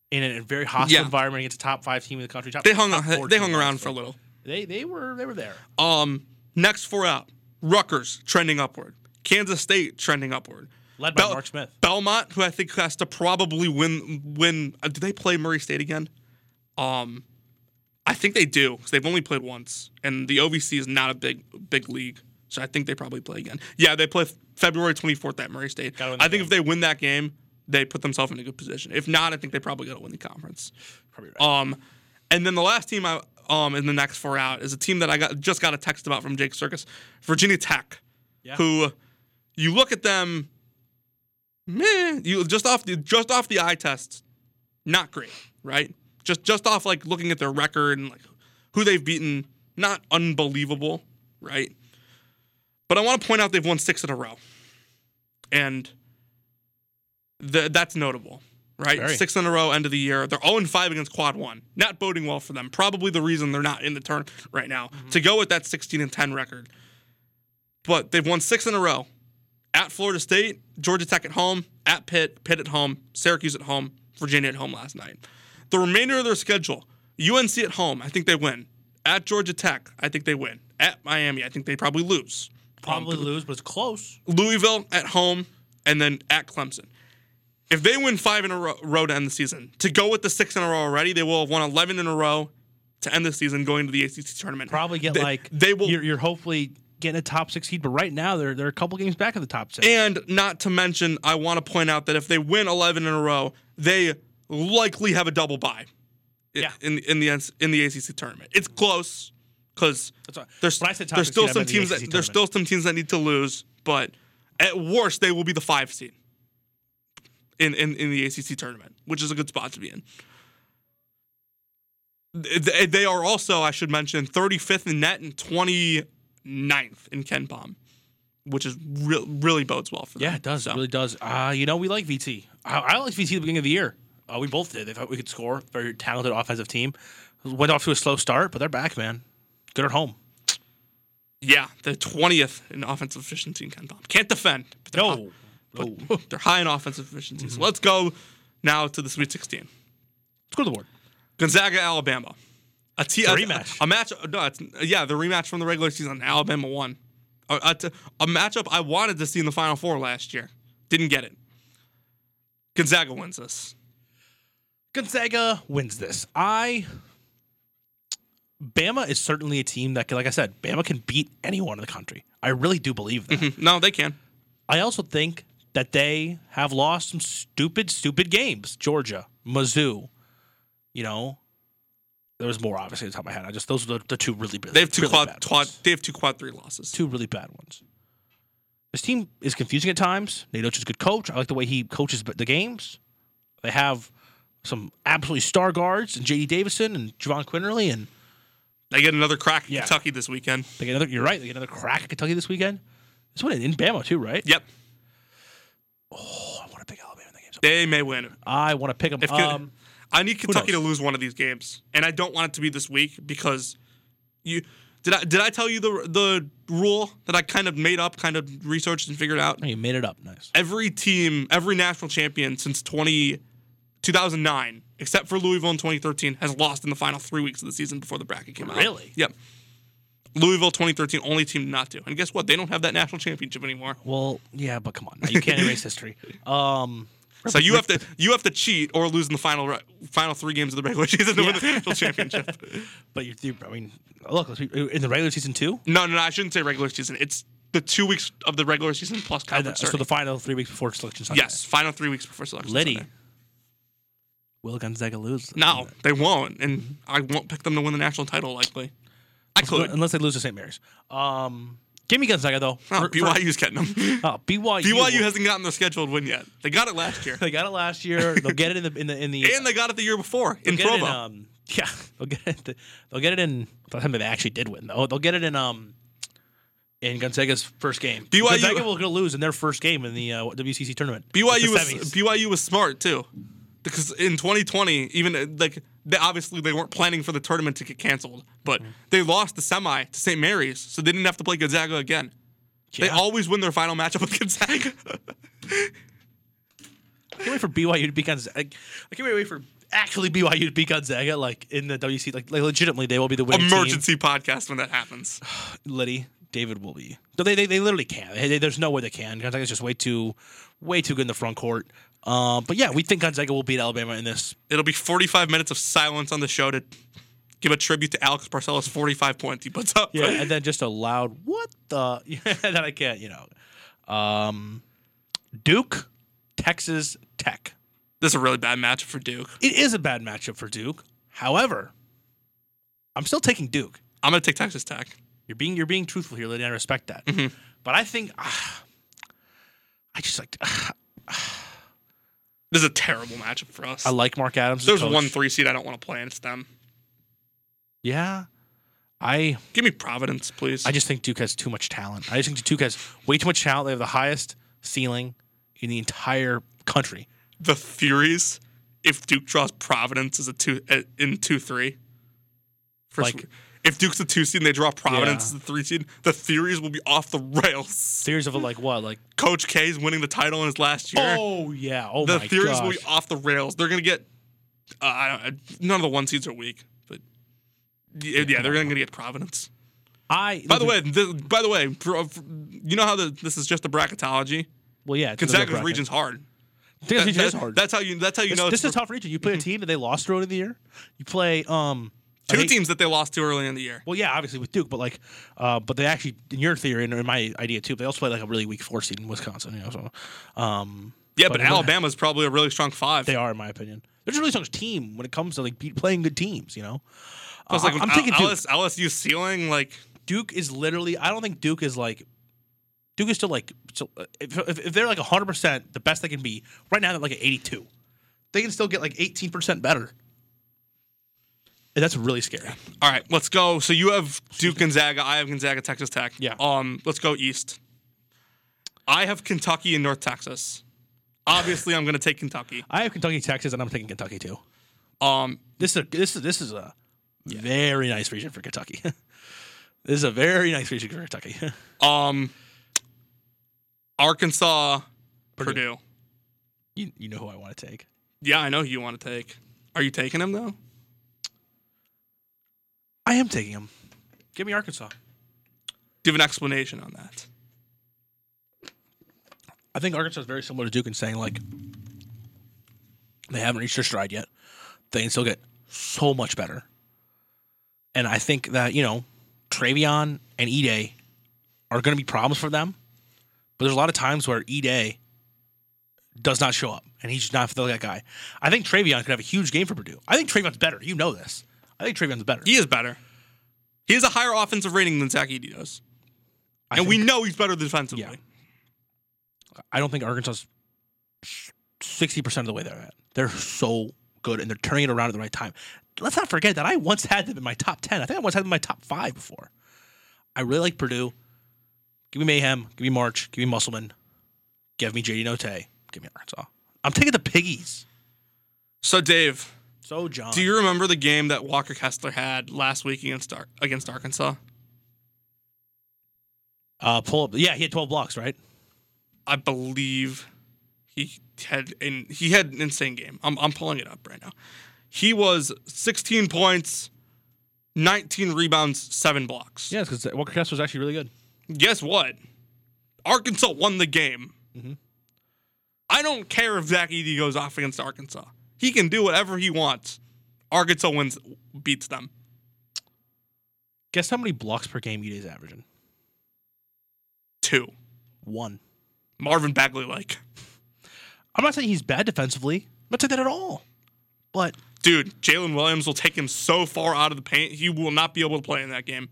[SPEAKER 4] In a very hostile
[SPEAKER 3] Yeah.
[SPEAKER 4] environment against a top five team in the country, top
[SPEAKER 3] they hung
[SPEAKER 4] top four
[SPEAKER 3] they hung
[SPEAKER 4] team,
[SPEAKER 3] around
[SPEAKER 4] honestly.
[SPEAKER 3] for a little.
[SPEAKER 4] They they were they were there.
[SPEAKER 3] Um, next four out: Rutgers trending upward, Kansas State trending upward,
[SPEAKER 4] Led by
[SPEAKER 3] Bel-
[SPEAKER 4] Mark Smith.
[SPEAKER 3] Belmont, who I think has to probably win. Win? Uh, do they play Murray State again? Um, I think they do because they've only played once, and the OVC is not a big big league, so I think they probably play again. Yeah, they play February 24th at Murray State.
[SPEAKER 4] Gotta win that
[SPEAKER 3] I think
[SPEAKER 4] game.
[SPEAKER 3] if they win that game, they put themselves in a good position. If not, I think they probably got to win the conference.
[SPEAKER 4] Probably right.
[SPEAKER 3] Um, and then the last team I um in the next four out is a team that I got just got a text about from Jake Circus, Virginia Tech,
[SPEAKER 4] Yeah.
[SPEAKER 3] who you look at them, meh, you just off the just off the eye test, not great, right? Just just off like looking at their record and like who they've beaten, not unbelievable, right? But I want to point out they've won six in a row, and th- that's notable, right?
[SPEAKER 4] Very.
[SPEAKER 3] Six in a row, end of the year. They're 0 5 against Quad One, not boding well for them. Probably the reason they're not in the turn right now to go with that 16 and 10 record. But they've won six in a row at Florida State, Georgia Tech at home, at Pitt, Pitt at home, Syracuse at home, Virginia at home last night. The remainder of their schedule UNC at home, I think they win. At Georgia Tech, I think they win. At Miami, I think they probably lose.
[SPEAKER 4] Probably lose, but it's close.
[SPEAKER 3] Louisville at home, and then at Clemson. If they win five in a row, row to end the season, to go with the six in a row already, they will have won 11 in a row to end the season going to the ACC tournament.
[SPEAKER 4] Probably get
[SPEAKER 3] They-
[SPEAKER 4] like
[SPEAKER 3] They will.
[SPEAKER 4] You're, you're hopefully getting a top six seed, but right now they're they're a couple games back of the top six.
[SPEAKER 3] And not to mention, I want to point out that if they win 11 in a row, they likely have a double bye. i-
[SPEAKER 4] Yeah.
[SPEAKER 3] In in the NC in the ACC tournament, it's close because
[SPEAKER 4] That's all-
[SPEAKER 3] there's
[SPEAKER 4] when I said top
[SPEAKER 3] there's
[SPEAKER 4] six
[SPEAKER 3] still
[SPEAKER 4] seed, I
[SPEAKER 3] some
[SPEAKER 4] meant the
[SPEAKER 3] teams
[SPEAKER 4] ACC
[SPEAKER 3] that there's still
[SPEAKER 4] tournament.
[SPEAKER 3] some teams that need to lose, but at worst they will be the five seed in in, in the ACC tournament, which is a good spot to be in. Th- th- They are also, I should mention, 35th in net and 29th in Ken Palm, which is re- really bodes well for them.
[SPEAKER 4] Yeah, it does.
[SPEAKER 3] So-
[SPEAKER 4] It really does. Uh, you know, we like VT. I, I liked VT at the beginning of the year. Uh, we both did. They thought we could score. Very talented offensive team. Went off to a slow start, but they're back, man. Good at home.
[SPEAKER 3] Yeah, they're twentieth in offensive efficiency in Ken Palm. Can't defend. But they're,
[SPEAKER 4] No.
[SPEAKER 3] (laughs)
[SPEAKER 4] Mm-hmm.
[SPEAKER 3] but they're high in offensive efficiency. So let's go now to the Sweet Sixteen.
[SPEAKER 4] Let's go to the board.
[SPEAKER 3] Gonzaga, Alabama. A, t-
[SPEAKER 4] It's a
[SPEAKER 3] a-
[SPEAKER 4] rematch.
[SPEAKER 3] A, match. No, it's, yeah, the rematch from the regular season. Alabama won. A, a t- a matchup I wanted to see in the Final Four last year. Didn't get it. Gonzaga wins this.
[SPEAKER 4] Gonzaga wins this. I. Bama is certainly a team that, can, like I said, Bama can beat anyone in the country. I really do believe that.
[SPEAKER 3] Hmm. No, they can.
[SPEAKER 4] I also think that they have lost some stupid, stupid games. Georgia, Mizzou, you know. There was more, obviously, at the top of my head. I just those are the, the two really bad.
[SPEAKER 3] They have two
[SPEAKER 4] really
[SPEAKER 3] quad.
[SPEAKER 4] bad
[SPEAKER 3] quad
[SPEAKER 4] ones.
[SPEAKER 3] they have two quad three losses.
[SPEAKER 4] two really bad ones. This team is confusing at times. Nate Oates is a good coach. I like the way he coaches the games. They have some absolutely star guards and J.D. Davison and Javon Quinterly, and
[SPEAKER 3] They get another crack at
[SPEAKER 4] Yeah.
[SPEAKER 3] Kentucky this weekend.
[SPEAKER 4] they get another. You're right. They get another crack at Kentucky this weekend. This one in Bama too, right?
[SPEAKER 3] Yep,
[SPEAKER 4] Oh, I want to pick Alabama in that game. So
[SPEAKER 3] they may win.
[SPEAKER 4] I want to pick them.
[SPEAKER 3] If Ken-
[SPEAKER 4] um,
[SPEAKER 3] I need Kentucky to
[SPEAKER 4] knows?
[SPEAKER 3] lose one of these games, and I don't want it to be this week because you Did I did I tell you the the rule that I kind of made up, kind of researched and figured out?
[SPEAKER 4] You made it up. Nice.
[SPEAKER 3] Every team, every national champion since 20, 2009, except for Louisville in 2013, has lost in the final three weeks of the season before the bracket came out.
[SPEAKER 4] Really?
[SPEAKER 3] Yep. Louisville 2013, only team not to. And guess what? They don't have that national championship anymore.
[SPEAKER 4] Well, yeah, but come on, you can't
[SPEAKER 3] (laughs)
[SPEAKER 4] erase history. Um,
[SPEAKER 3] So you have to you have to cheat or lose in the final re- final three games of the regular (laughs) season to win the national championship.
[SPEAKER 4] (laughs) but you're, you I mean, look, let's be- in the regular season too.
[SPEAKER 3] No, no, no, I shouldn't say regular season. It's the two weeks of the regular season plus conference.
[SPEAKER 4] So the
[SPEAKER 3] tourney.
[SPEAKER 4] final three weeks before selection Sunday.
[SPEAKER 3] yes, final three weeks before selection.
[SPEAKER 4] Liddy.
[SPEAKER 3] Sunday.
[SPEAKER 4] Will Gonzaga lose?
[SPEAKER 3] No, they won't, and I won't pick them to win the national title. Likely, I could.
[SPEAKER 4] unless they lose to St. Mary's. Um, give me Gonzaga though.
[SPEAKER 3] Oh,
[SPEAKER 4] For- for-
[SPEAKER 3] BYU's getting
[SPEAKER 4] (laughs)
[SPEAKER 3] them.
[SPEAKER 4] Oh, BYU.
[SPEAKER 3] BYU hasn't gotten their scheduled win yet. They got it last
[SPEAKER 4] (laughs)
[SPEAKER 3] year,
[SPEAKER 4] They got it last year. They'll get it in the in the in the
[SPEAKER 3] and they got (laughs) it the year before
[SPEAKER 4] they'll
[SPEAKER 3] in
[SPEAKER 4] get it
[SPEAKER 3] Provo.
[SPEAKER 4] um, (laughs) yeah, they'll get it. They'll get it in. By the time they actually did win, though, they'll get it in um in Gonzaga's first game.
[SPEAKER 3] BYU
[SPEAKER 4] Gonzaga will go lose in their first game in the uh, WCC tournament.
[SPEAKER 3] BYU
[SPEAKER 4] The
[SPEAKER 3] was
[SPEAKER 4] semis.
[SPEAKER 3] BYU was smart too, because in 2020, even uh, like they, obviously they weren't planning for the tournament to get canceled, but
[SPEAKER 4] Mm-hmm.
[SPEAKER 3] they lost the semi to St. Mary's, so they didn't have to play Gonzaga again. They
[SPEAKER 4] Yeah.
[SPEAKER 3] always win their final matchup with Gonzaga.
[SPEAKER 4] (laughs) I (laughs) can't wait for BYU to beat Gonzaga. I can't wait- wait for actually BYU to beat Gonzaga. Like in the WC, like, like legitimately, they will be the winning
[SPEAKER 3] Emergency podcast when that happens.
[SPEAKER 4] team. Liddy, David will be. No, They, they, they literally can't. They- they- there's no way they can. Gonzaga's just way too way too good in the front court. Um, but yeah, we think Gonzaga will beat Alabama in this.
[SPEAKER 3] It'll be 45 minutes of silence on the show to give a tribute to Alex Barcelos 45 points he puts up.
[SPEAKER 4] Yeah, and then just a loud what the (laughs) that I can't. You know, um, Duke, Texas Tech.
[SPEAKER 3] This is a really bad matchup for Duke.
[SPEAKER 4] It is a bad matchup for Duke. However, I'm still taking Duke.
[SPEAKER 3] I'm gonna take Texas Tech.
[SPEAKER 4] You're being you're being truthful here, Liddy. and I respect that.
[SPEAKER 3] Mm-hmm.
[SPEAKER 4] But I think ah, I just like (sighs)
[SPEAKER 3] This is a terrible matchup for us.
[SPEAKER 4] I like Mark Adams. as a
[SPEAKER 3] There's
[SPEAKER 4] coach.
[SPEAKER 3] one three seed I don't want to play, and it's them.
[SPEAKER 4] Yeah, I
[SPEAKER 3] Give me Providence, please.
[SPEAKER 4] I just think Duke has too much talent. I just think Duke has way too much talent. They have the highest ceiling in the entire country.
[SPEAKER 3] the Furies. If Duke draws Providence as a two uh, in two three, first,
[SPEAKER 4] Like-
[SPEAKER 3] if Duke's a two seed and they draw Providence
[SPEAKER 4] Yeah.
[SPEAKER 3] as a three seed, the Furies will be off the rails.
[SPEAKER 4] Theories of like what like
[SPEAKER 3] Coach K's winning the title in his last year.
[SPEAKER 4] oh yeah oh
[SPEAKER 3] the
[SPEAKER 4] my
[SPEAKER 3] Furies
[SPEAKER 4] gosh.
[SPEAKER 3] will be off the rails. They're gonna get. Uh, I don't, none of the one seeds are weak, but yeah, yeah, they're gonna get Providence.
[SPEAKER 4] I
[SPEAKER 3] By the way, this, by the way, bro, you know how the, this is just a bracketology.
[SPEAKER 4] well yeah it's in the
[SPEAKER 3] Gonzaga's
[SPEAKER 4] bracket.
[SPEAKER 3] region's hard.
[SPEAKER 4] Gonzaga's region
[SPEAKER 3] That-
[SPEAKER 4] is hard.
[SPEAKER 3] That's how you. That's how you
[SPEAKER 4] this,
[SPEAKER 3] know
[SPEAKER 4] this
[SPEAKER 3] it's
[SPEAKER 4] is a tough region. You play a team that they lost early in the year. You play um I
[SPEAKER 3] two
[SPEAKER 4] hate-
[SPEAKER 3] teams that they lost to early in the year.
[SPEAKER 4] Well, yeah, obviously with Duke, but like, uh, but they actually, in your theory and in my idea too, they also play like a really weak four seed in Wisconsin. You know, so um,
[SPEAKER 3] Yeah, but, Alabama's probably a really strong five.
[SPEAKER 4] they are, in my opinion, they're just a really strong team when it comes to like beat, playing good teams. You know,
[SPEAKER 3] Plus,
[SPEAKER 4] Uh,
[SPEAKER 3] like,
[SPEAKER 4] I'm thinking Duke.
[SPEAKER 3] LS, LSU ceiling, like
[SPEAKER 4] Duke is literally. I don't think Duke is like. Duke is still like so if, if, if they're like 100% the best they can be right now they're like at 82 they can still get like 18% better and that's really scary
[SPEAKER 3] all right, let's go. So you have Duke Gonzaga, I have Gonzaga, Texas Tech.
[SPEAKER 4] Yeah.
[SPEAKER 3] Um, let's go east. I have Kentucky and North Texas. Obviously, I'm going to take Kentucky.
[SPEAKER 4] I have Kentucky Texas and I'm taking Kentucky too
[SPEAKER 3] Um,
[SPEAKER 4] This is a, this is this is a very nice region for Kentucky. (laughs) this is a very nice region for Kentucky. (laughs)
[SPEAKER 3] um, Arkansas, Purdue.
[SPEAKER 4] Purdue. you you know who I want to take.
[SPEAKER 3] Yeah, I know who you want to take. Are you taking him though?
[SPEAKER 4] I am taking him. Give me Arkansas.
[SPEAKER 3] Do you have an explanation on that?
[SPEAKER 4] I think Arkansas is very similar to Duke in saying like they haven't reached their stride yet. They can still get so much better. And I think that, you know, Travion and Ide are going to be problems for them. But there's a lot of times where Ide does not show up and he's just not that guy. I think Travion could have a huge game for Purdue. I think Travion's better. You know this. I think Travion's better.
[SPEAKER 3] He is better. He has a higher offensive rating than Zach Eady does,
[SPEAKER 4] I
[SPEAKER 3] and
[SPEAKER 4] think-
[SPEAKER 3] we know he's better defensively.
[SPEAKER 4] Yeah. I don't think Arkansas's sixty percent of the way they're at. They're so good and they're turning it around at the right time. Let's not forget that I once had them in my top ten. I think I once had them in my top five before. I really like Purdue. Give me Mayhem. Give me March. Give me Musselman. Give me JD Note. Give me Arkansas. I'm taking the piggies.
[SPEAKER 3] So Dave,
[SPEAKER 4] So John.
[SPEAKER 3] Do you remember the game that Walker Kessler had last week against Ar- against Arkansas?
[SPEAKER 4] Uh, pull up. Yeah, he had 12 blocks, right?
[SPEAKER 3] I believe he had an he had an insane game. I'm I'm pulling it up right now. He was 16 points, 19 rebounds, seven blocks.
[SPEAKER 4] Yes, because Walker Kessler was actually really good.
[SPEAKER 3] Guess what? Arkansas won the game.
[SPEAKER 4] Mhm.
[SPEAKER 3] I don't care if Zach Eady goes off against Arkansas. He can do whatever he wants. Arkansas wins, beats them.
[SPEAKER 4] Guess how many blocks per game Uday's averaging?
[SPEAKER 3] Two.
[SPEAKER 4] One.
[SPEAKER 3] Marvin Bagley like.
[SPEAKER 4] I'm not saying he's bad defensively. I'm not saying that at all. But
[SPEAKER 3] Dude, Jalen Williams will take him so far out of the paint, he will not be able to play in that game.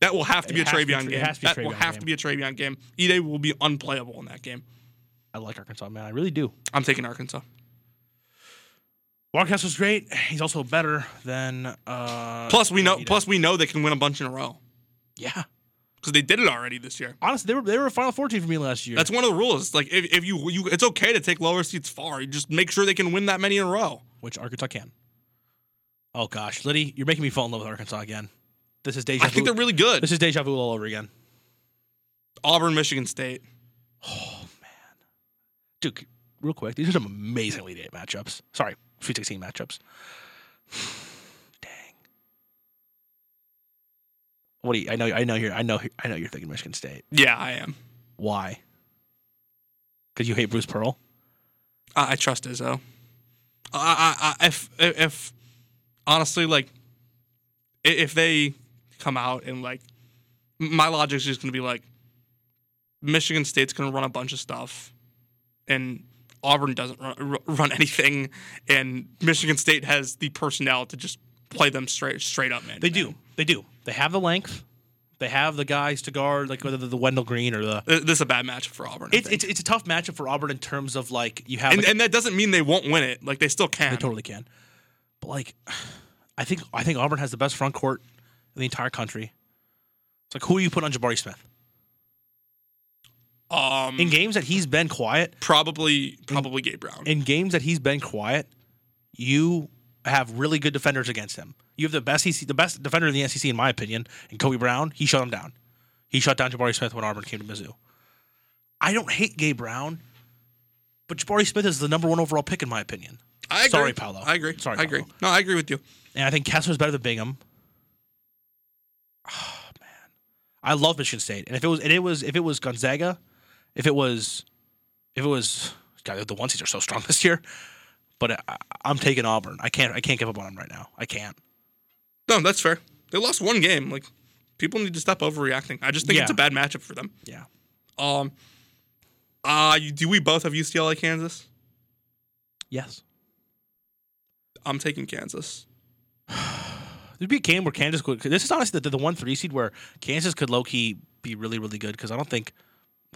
[SPEAKER 3] That will have to
[SPEAKER 4] It
[SPEAKER 3] be a
[SPEAKER 4] has to be
[SPEAKER 3] Travion
[SPEAKER 4] Tra- it
[SPEAKER 3] game.
[SPEAKER 4] has to be
[SPEAKER 3] that
[SPEAKER 4] a
[SPEAKER 3] will
[SPEAKER 4] Travion
[SPEAKER 3] have
[SPEAKER 4] game.
[SPEAKER 3] to be a Travion game. Ide will be unplayable in that game.
[SPEAKER 4] I like Arkansas, man. I really do.
[SPEAKER 3] I'm taking Arkansas.
[SPEAKER 4] Walker Kessler's great. He's also better than. Uh,
[SPEAKER 3] Plus we know.
[SPEAKER 4] Udai.
[SPEAKER 3] Plus we know they can win a bunch in a row
[SPEAKER 4] Yeah.
[SPEAKER 3] because they did it already this year.
[SPEAKER 4] Honestly, they were, they were a Final 14 for me last year.
[SPEAKER 3] That's one of the rules. Like if, if you you, it's okay to take lower seats far. You just make sure they can win that many in a row.
[SPEAKER 4] which Arkansas can. Oh gosh, Liddy, you're making me fall in love with Arkansas again. This is deja
[SPEAKER 3] I think
[SPEAKER 4] vu.
[SPEAKER 3] they're really good.
[SPEAKER 4] This is deja vu all over again.
[SPEAKER 3] Auburn, Michigan State.
[SPEAKER 4] Dude, real quick, these are some amazing Elite Eight matchups. Sorry, Sweet 16 matchups. (sighs) Dang. What do you? I know. I know you're. I know. I know you're thinking Michigan State.
[SPEAKER 3] Yeah, I am.
[SPEAKER 4] Why? Because you hate Bruce Pearl.
[SPEAKER 3] I, I trust Izzo. I, I, I if if honestly like i- if they come out and like m- my logic's just gonna be like Michigan State's gonna run a bunch of stuff and Auburn doesn't run, run (laughs) anything and Michigan State has the personnel to just play them straight straight up man.
[SPEAKER 4] They do. They do. They have the length. They have the guys to guard, like whether they're the Wendell Green or the.
[SPEAKER 3] Th- This is a bad matchup for Auburn. I
[SPEAKER 4] It's
[SPEAKER 3] think.
[SPEAKER 4] it's, it's a tough matchup for Auburn in terms of like you have
[SPEAKER 3] and,
[SPEAKER 4] a-
[SPEAKER 3] and that doesn't mean they won't win it. Like they still can.
[SPEAKER 4] They totally can. But like, I think I think Auburn has the best front court in the entire country. It's like who do you put on Jabari Smith
[SPEAKER 3] Um,
[SPEAKER 4] in games that he's been quiet?
[SPEAKER 3] probably
[SPEAKER 4] Mhm.
[SPEAKER 3] probably Gabe Brown.
[SPEAKER 4] In games that he's been quiet, you have really good defenders against him. You have the best EC, the best defender in the SEC in my opinion, and Kobe Brown. He shut him down. He shut down Jabari Smith when Auburn came to Mizzou. I don't hate Gabe Brown, but Jabari Smith is the number one overall pick in my opinion.
[SPEAKER 3] I agree.
[SPEAKER 4] Sorry, Paolo.
[SPEAKER 3] I agree.
[SPEAKER 4] Sorry,
[SPEAKER 3] I agree.
[SPEAKER 4] Paolo.
[SPEAKER 3] No, I agree with you.
[SPEAKER 4] And I think Kessler's better than Bingham. Oh man. I love Michigan State. And if it was and it was if it was Gonzaga, if it was if it was God, the one seeds are so strong (laughs) this year. But I, I'm taking Auburn. I can't I can't give up on them right now. I can't.
[SPEAKER 3] No, that's fair. They lost one game. Like people need to stop overreacting. I just think it's
[SPEAKER 4] Yeah.
[SPEAKER 3] a bad matchup for them.
[SPEAKER 4] Yeah.
[SPEAKER 3] Um. Uh, you- do we both have UCLA Kansas?
[SPEAKER 4] Yes.
[SPEAKER 3] I'm taking Kansas.
[SPEAKER 4] There'd be a game where Kansas could this is honestly the, the one three seed where Kansas could low key be really, really good because I don't think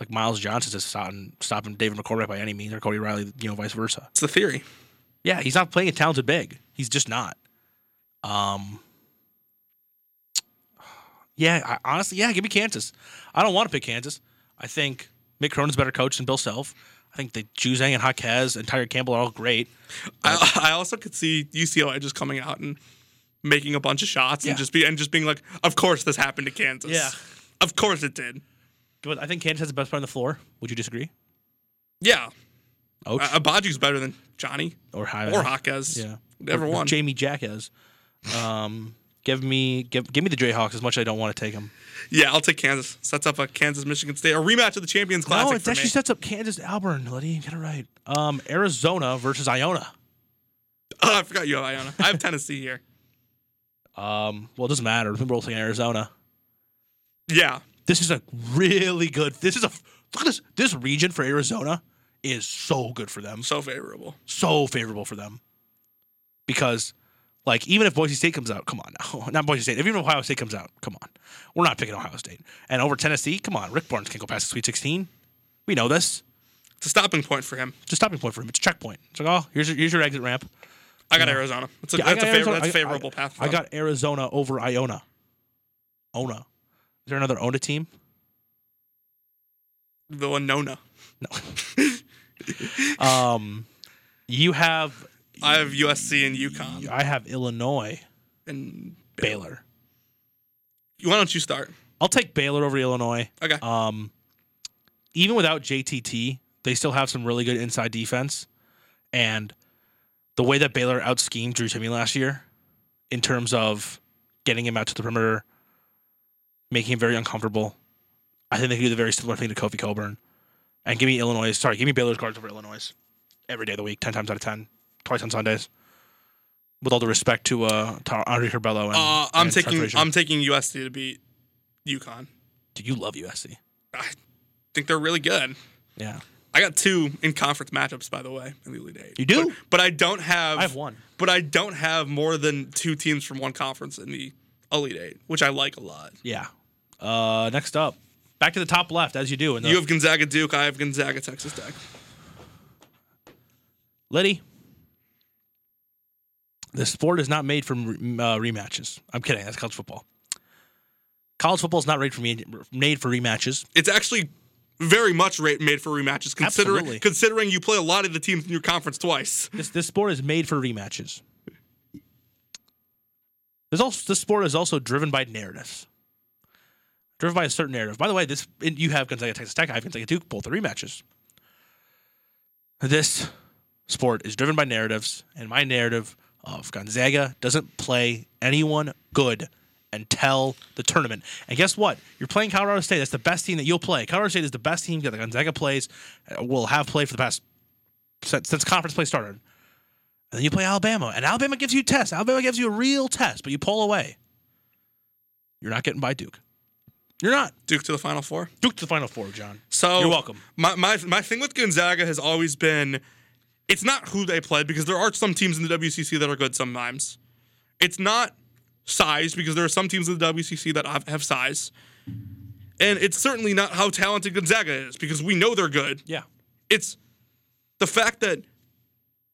[SPEAKER 4] like Miles Johnson's is stopping stopping David McCormick by any means or Cody Riley, you know, vice versa.
[SPEAKER 3] It's the theory.
[SPEAKER 4] Yeah, he's not playing a talented big. He's just not. Um. Yeah, I, honestly, yeah, give me Kansas. I don't want to pick Kansas. I think Mick Cronin's a better coach than Bill Self. I think the Juzang and Jaquez and Tyre Campbell are all great.
[SPEAKER 3] (laughs) I, I also could see UCLA just coming out and making a bunch of shots
[SPEAKER 4] Yeah.
[SPEAKER 3] and just be and just being like, of course this happened to Kansas.
[SPEAKER 4] Yeah.
[SPEAKER 3] Of course it did.
[SPEAKER 4] But I think Kansas has the best player on the floor. Would you disagree?
[SPEAKER 3] Yeah.
[SPEAKER 4] Ouch.
[SPEAKER 3] Uh, Abaju's better than Johnny
[SPEAKER 4] or Jaime.
[SPEAKER 3] or Hawkes.
[SPEAKER 4] Yeah.
[SPEAKER 3] Whatever
[SPEAKER 4] Or
[SPEAKER 3] one.
[SPEAKER 4] Jamie Jaquez. Um, give me give give me the Jayhawks as much as I don't want to take them.
[SPEAKER 3] Yeah, I'll take Kansas. Sets up a Kansas Michigan State a rematch of the Champions Classic.
[SPEAKER 4] No,
[SPEAKER 3] for
[SPEAKER 4] it actually
[SPEAKER 3] me.
[SPEAKER 4] sets up Kansas Auburn. Letty, you got it right. Um, Arizona versus Iona.
[SPEAKER 3] Oh, I forgot you have Iona. I have Tennessee here.
[SPEAKER 4] Um, well, it doesn't matter. We're both in Arizona.
[SPEAKER 3] Yeah.
[SPEAKER 4] This is a really good. This is a look at this. This region for Arizona is so good for them,
[SPEAKER 3] So favorable.
[SPEAKER 4] so favorable for them, because like even if Boise State comes out, come on now, (laughs) not Boise State. If even Ohio State comes out, come on, we're not picking Ohio State. And over Tennessee, come on, Rick Barnes can't go past the Sweet 16. We know this.
[SPEAKER 3] It's a stopping point for him.
[SPEAKER 4] It's a stopping point for him. It's a checkpoint. It's like, oh, here's your, here's your exit ramp.
[SPEAKER 3] I got Arizona. That's a,
[SPEAKER 4] Yeah, I
[SPEAKER 3] that's, a
[SPEAKER 4] got
[SPEAKER 3] favor-
[SPEAKER 4] Arizona-
[SPEAKER 3] that's a
[SPEAKER 4] I- I-
[SPEAKER 3] favorable path. For
[SPEAKER 4] I
[SPEAKER 3] them.
[SPEAKER 4] got Arizona over Iona. Ona. Is there another Ona team?
[SPEAKER 3] the Winona.
[SPEAKER 4] Um, you have
[SPEAKER 3] I have USC and UConn.
[SPEAKER 4] I have Illinois
[SPEAKER 3] And
[SPEAKER 4] Baylor.
[SPEAKER 3] why don't you start?
[SPEAKER 4] I'll take Baylor over Illinois.
[SPEAKER 3] Okay.
[SPEAKER 4] Um, even without JTT, they still have some really good inside defense, and the way that Baylor out schemed Drew Timmy last year, in terms of getting him out to the perimeter, making him very uncomfortable. I think they could do the very similar thing to Kofi Coburn, and give me Illinois. Sorry, give me Baylor's guards over Illinois every day of the week, ten times out of ten, twice on Sundays. With all the respect to uh, to Andre Corbello and
[SPEAKER 3] Uh, I'm
[SPEAKER 4] and Trent
[SPEAKER 3] taking
[SPEAKER 4] Frazier.
[SPEAKER 3] I'm taking USC to beat UConn.
[SPEAKER 4] Dude, you love USC.
[SPEAKER 3] I think they're really good.
[SPEAKER 4] Yeah.
[SPEAKER 3] I got two in conference matchups, by the way, in the Elite Eight.
[SPEAKER 4] You do?
[SPEAKER 3] but I don't have.
[SPEAKER 4] I have one.
[SPEAKER 3] But I don't have more than two teams from one conference in the Elite Eight, which I like a lot.
[SPEAKER 4] Yeah. Uh, next up, back to the top left as you do. And
[SPEAKER 3] You have Gonzaga Duke. I have Gonzaga Texas Tech.
[SPEAKER 4] Liddy. The sport is not made for m- uh, rematches. I'm kidding. That's college football. College football is not made for me- made for rematches.
[SPEAKER 3] It's actually very much rate made for rematches, considering
[SPEAKER 4] Absolutely.
[SPEAKER 3] considering you play a lot of the teams in your conference twice.
[SPEAKER 4] This this sport is made for rematches. There's also this sport is also driven by narratives, driven by a certain narrative. By the way, this and you have Gonzaga Texas Tech, I have Gonzaga Duke, both the rematches. This sport is driven by narratives, and my narrative of Gonzaga doesn't play anyone good until the tournament. And guess what? You're playing Colorado State. That's the best team that you'll play. Colorado State is the best team that Gonzaga plays, uh, will have played for the past since, since conference play started. And then you play Alabama, and Alabama gives you tests. Alabama gives you a real test, but you pull away. You're not getting by Duke. You're not.
[SPEAKER 3] Duke to the Final Four.
[SPEAKER 4] Duke to the Final Four, John.
[SPEAKER 3] So
[SPEAKER 4] You're welcome.
[SPEAKER 3] My my my thing with Gonzaga has always been, it's not who they play because there are some teams in the WCC that are good sometimes. It's not size because there are some teams in the WCC that have, have size, and it's certainly not how talented Gonzaga is because we know they're good.
[SPEAKER 4] Yeah.
[SPEAKER 3] It's the fact that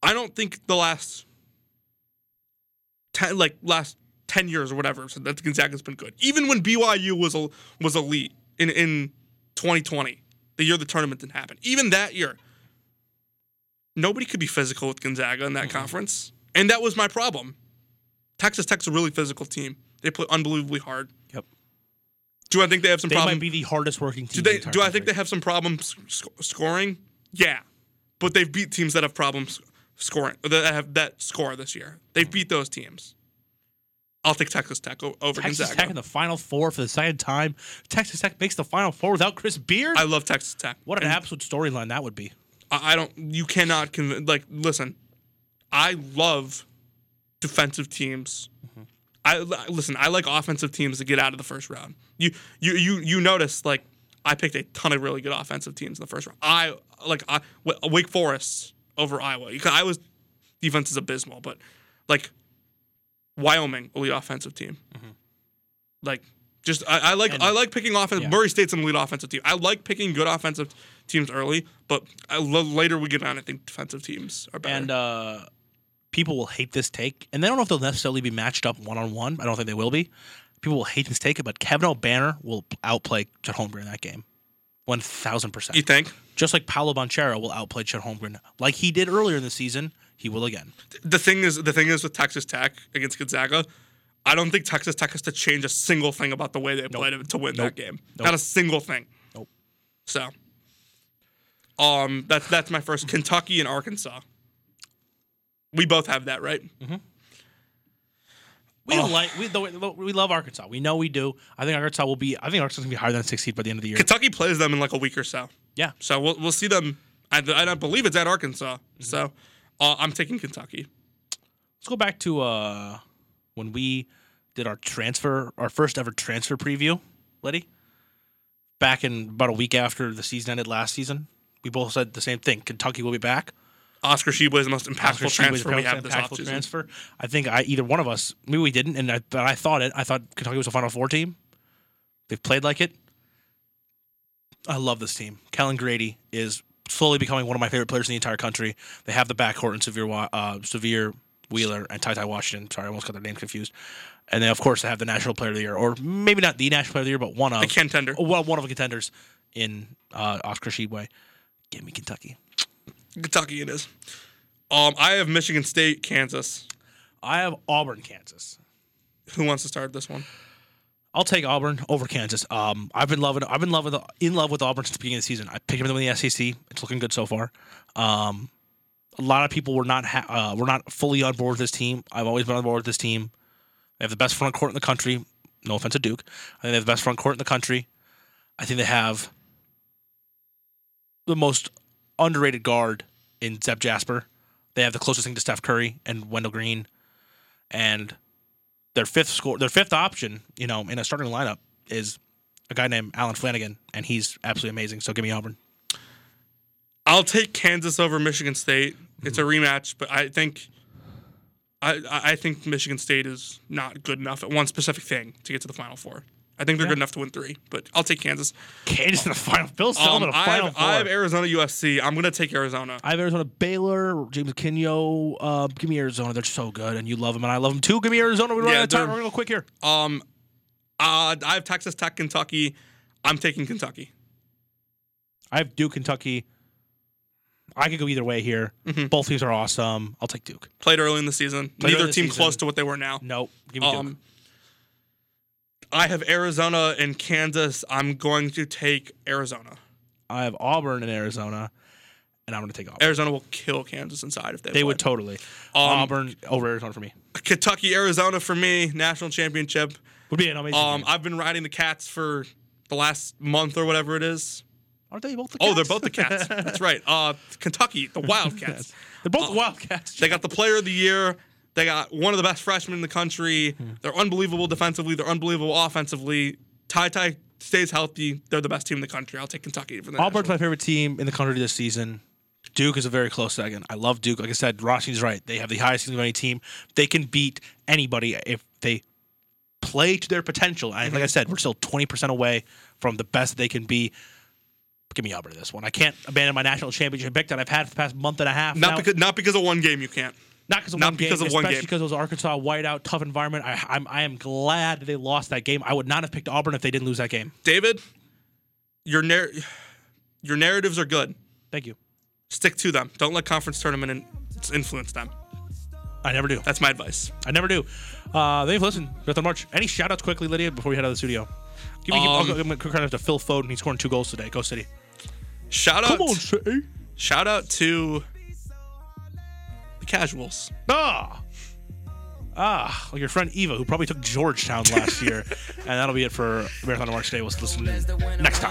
[SPEAKER 3] I don't think the last ten like last ten years or whatever so that Gonzaga's been good. Even when BYU was el- was elite in in 2020, the year the tournament didn't happen. Even that year, nobody could be physical with Gonzaga in that
[SPEAKER 4] Mm-hmm.
[SPEAKER 3] conference, and that was my problem. Texas Tech's a really physical team. They play unbelievably hard.
[SPEAKER 4] Yep.
[SPEAKER 3] Do I think they have some
[SPEAKER 4] they
[SPEAKER 3] problem?
[SPEAKER 4] might be the hardest working team.
[SPEAKER 3] do they? Do I think they have some problems sc- scoring? Yeah, but they've beat teams that have problems scoring that have that score this year. They've beat those teams. I'll take Texas Tech o- over
[SPEAKER 4] Texas
[SPEAKER 3] Gonzaga.
[SPEAKER 4] Tech in the Final Four for the second time? Texas Tech makes the Final Four without Chris Beard.
[SPEAKER 3] I love Texas Tech.
[SPEAKER 4] what an
[SPEAKER 3] And
[SPEAKER 4] absolute storyline that would be.
[SPEAKER 3] I I don't. You cannot convince. Like, listen. I love defensive teams.
[SPEAKER 4] Mm-hmm.
[SPEAKER 3] I li- listen. I like offensive teams to get out of the first round. You you you you notice like I picked a ton of really good offensive teams in the first round. I like I, Wa- Wake Forest over Iowa. Because Iowa's defense is abysmal, but like Wyoming, elite offensive team.
[SPEAKER 4] Mm-hmm.
[SPEAKER 3] Like just I, I like I like picking offense. Murray State's an elite offensive team. I like picking good offensive teams early, but I, lo- later we get on. I think defensive teams are better.
[SPEAKER 4] And uh, people will hate this take, and they don't know if they'll necessarily be matched up one on one. I don't think they will be. People will hate this take, but Kevin O'Banner will outplay Chet Holmgren in that game, one thousand percent.
[SPEAKER 3] you think?
[SPEAKER 4] Just like Paolo Banchero will outplay Chet Holmgren, like he did earlier in the season, he will again.
[SPEAKER 3] the thing is the thing is with Texas Tech against Gonzaga, I don't think Texas Tech has to change a single thing about the way they played it to win that game. Not a single thing.
[SPEAKER 4] Nope.
[SPEAKER 3] So, um, that's that's my first Kentucky and Arkansas. We both have that, right?
[SPEAKER 4] Mm-hmm. We don't like we though- though we love Arkansas. We know we do. I think Arkansas will be. I think Arkansas can be higher than six seed by the end of the year.
[SPEAKER 3] Kentucky plays them in like a week or so.
[SPEAKER 4] Yeah.
[SPEAKER 3] So we'll we'll see them. I, I don't believe it's at Arkansas.
[SPEAKER 4] Mm-hmm.
[SPEAKER 3] So, uh, I'm taking Kentucky.
[SPEAKER 4] Let's go back to uh, when we did our transfer, our first ever transfer preview, Liddy. Back in about a week after the season ended last season, we both said the same thing. Kentucky will be back.
[SPEAKER 3] Oscar Sheboy is the most impactful
[SPEAKER 4] Oscar Sheboy's
[SPEAKER 3] transfer we
[SPEAKER 4] apparently
[SPEAKER 3] have this
[SPEAKER 4] impactful
[SPEAKER 3] offseason.
[SPEAKER 4] transfer. I think I either one of us, maybe we didn't, and I, but I thought it. I thought Kentucky was a Final Four team. They've played like it. I love this team. Kellen Grady is slowly becoming one of my favorite players in the entire country. They have the backcourt in Severe, Wa- uh, Severe Wheeler and Ty Ty Washington. Sorry, I almost got their names confused. And then, of course, they have the National Player of the Year, or maybe not the National Player of the Year, but one of
[SPEAKER 3] A contender.
[SPEAKER 4] One, one of the contenders in uh, Oscar Sheboy. Give me Kentucky.
[SPEAKER 3] Kentucky it is. Um, I have Michigan State, Kansas.
[SPEAKER 4] I have Auburn, Kansas.
[SPEAKER 3] Who wants to start this one?
[SPEAKER 4] I'll take Auburn over Kansas. Um, I've been loving, I've been loving, in love with Auburn since the beginning of the season. I picked them in the SEC. It's looking good so far. Um, a lot of people were not ha- uh, were not fully on board with this team. I've always been on board with this team. They have the best front court in the country. No offense to Duke. I think they have the best front court in the country. I think they have the most underrated guard in Zeb Jasper. They have the closest thing to Steph Curry and Wendell Green, and their fifth score, their fifth option, you know, in a starting lineup is a guy named Alan Flanagan, and he's absolutely amazing. So give me Auburn.
[SPEAKER 3] I'll take Kansas over Michigan State. It's a
[SPEAKER 4] Mm-hmm.
[SPEAKER 3] rematch, but I think I I I think Michigan State is not good enough at one specific thing to get to the Final Four. I think they're
[SPEAKER 4] Yeah.
[SPEAKER 3] good enough to win three, but I'll take Kansas. Um,
[SPEAKER 4] Kansas in the final. Bill's still in the
[SPEAKER 3] I
[SPEAKER 4] Final
[SPEAKER 3] have,
[SPEAKER 4] Four.
[SPEAKER 3] I have Arizona USC. I'm gonna take Arizona.
[SPEAKER 4] I have Arizona, Baylor, James Kinyo. Uh, give me Arizona. They're so good, and you love them, and I love them too. Give me Arizona. We run out of time.
[SPEAKER 3] they're-
[SPEAKER 4] We're gonna go quick here.
[SPEAKER 3] Um, uh, I have Texas Tech, Kentucky. I'm taking Kentucky.
[SPEAKER 4] I have Duke, Kentucky. I could go either way here.
[SPEAKER 3] Mm-hmm.
[SPEAKER 4] Both teams are awesome. I'll take Duke.
[SPEAKER 3] Played early in the season.
[SPEAKER 4] Played early
[SPEAKER 3] Neither
[SPEAKER 4] in the
[SPEAKER 3] team
[SPEAKER 4] season.
[SPEAKER 3] close to what they were now. Um,
[SPEAKER 4] Nope. Give me Duke.
[SPEAKER 3] I have Arizona and Kansas. I'm going to take Arizona.
[SPEAKER 4] I have Auburn in Arizona, and I'm gonna take Auburn.
[SPEAKER 3] Arizona will kill Kansas inside if they.
[SPEAKER 4] They,
[SPEAKER 3] play.
[SPEAKER 4] would totally.
[SPEAKER 3] Um,
[SPEAKER 4] Auburn over Arizona for me.
[SPEAKER 3] Kentucky, Arizona for me, national championship.
[SPEAKER 4] Would be an amazing
[SPEAKER 3] Um,
[SPEAKER 4] game.
[SPEAKER 3] I've been riding the Cats for the last month or whatever it is.
[SPEAKER 4] Aren't they both the
[SPEAKER 3] Oh, they're both the Cats. That's right. Uh, Kentucky, the Wildcats.
[SPEAKER 4] (laughs) they're
[SPEAKER 3] Oh.
[SPEAKER 4] both Wildcats.
[SPEAKER 3] They got the Player of the Year. They got one of the best freshmen in the country.
[SPEAKER 4] Hmm.
[SPEAKER 3] They're unbelievable defensively. They're unbelievable offensively. Ty Ty stays healthy. They're the best team in the country. I'll take Kentucky for the
[SPEAKER 4] Auburn's my favorite team in the country this season. Duke is a very close second. I love Duke. Like I said, Rossi's right. They have the highest ceiling of any team. They can beat anybody if they play to their potential. And like I said, we're still 20% away from the best they can be. Give me Auburn in this one. I can't abandon my national championship pick that I've had for the past month and a half.
[SPEAKER 3] Not
[SPEAKER 4] now.
[SPEAKER 3] because not because of one game you can't.
[SPEAKER 4] Not because of
[SPEAKER 3] not
[SPEAKER 4] one
[SPEAKER 3] because
[SPEAKER 4] game,
[SPEAKER 3] of one
[SPEAKER 4] especially
[SPEAKER 3] game.
[SPEAKER 4] because it was Arkansas whiteout, tough environment. I, I'm I am glad they lost that game. I would not have picked Auburn if they didn't lose that game.
[SPEAKER 3] David, your narr- (sighs) your narratives are good.
[SPEAKER 4] Thank you.
[SPEAKER 3] Stick to them. Don't let conference tournament in- influence them.
[SPEAKER 4] I never do.
[SPEAKER 3] That's my advice.
[SPEAKER 4] I never do. Uh, they've listened. Beth and March. Any shout outs quickly, Lydia, before we head out of the studio? Give me,
[SPEAKER 3] Um,
[SPEAKER 4] give, I'll give a quick shout out to Phil Foden. He's scoring two goals today. Go City.
[SPEAKER 3] Shout out.
[SPEAKER 4] Come on, City.
[SPEAKER 3] Shout out to the casuals.
[SPEAKER 4] Ah. Ah, well, your friend (laughs) Eva, who probably took Georgetown last year. And that'll be it for Marathon of March today. We'll listen next time.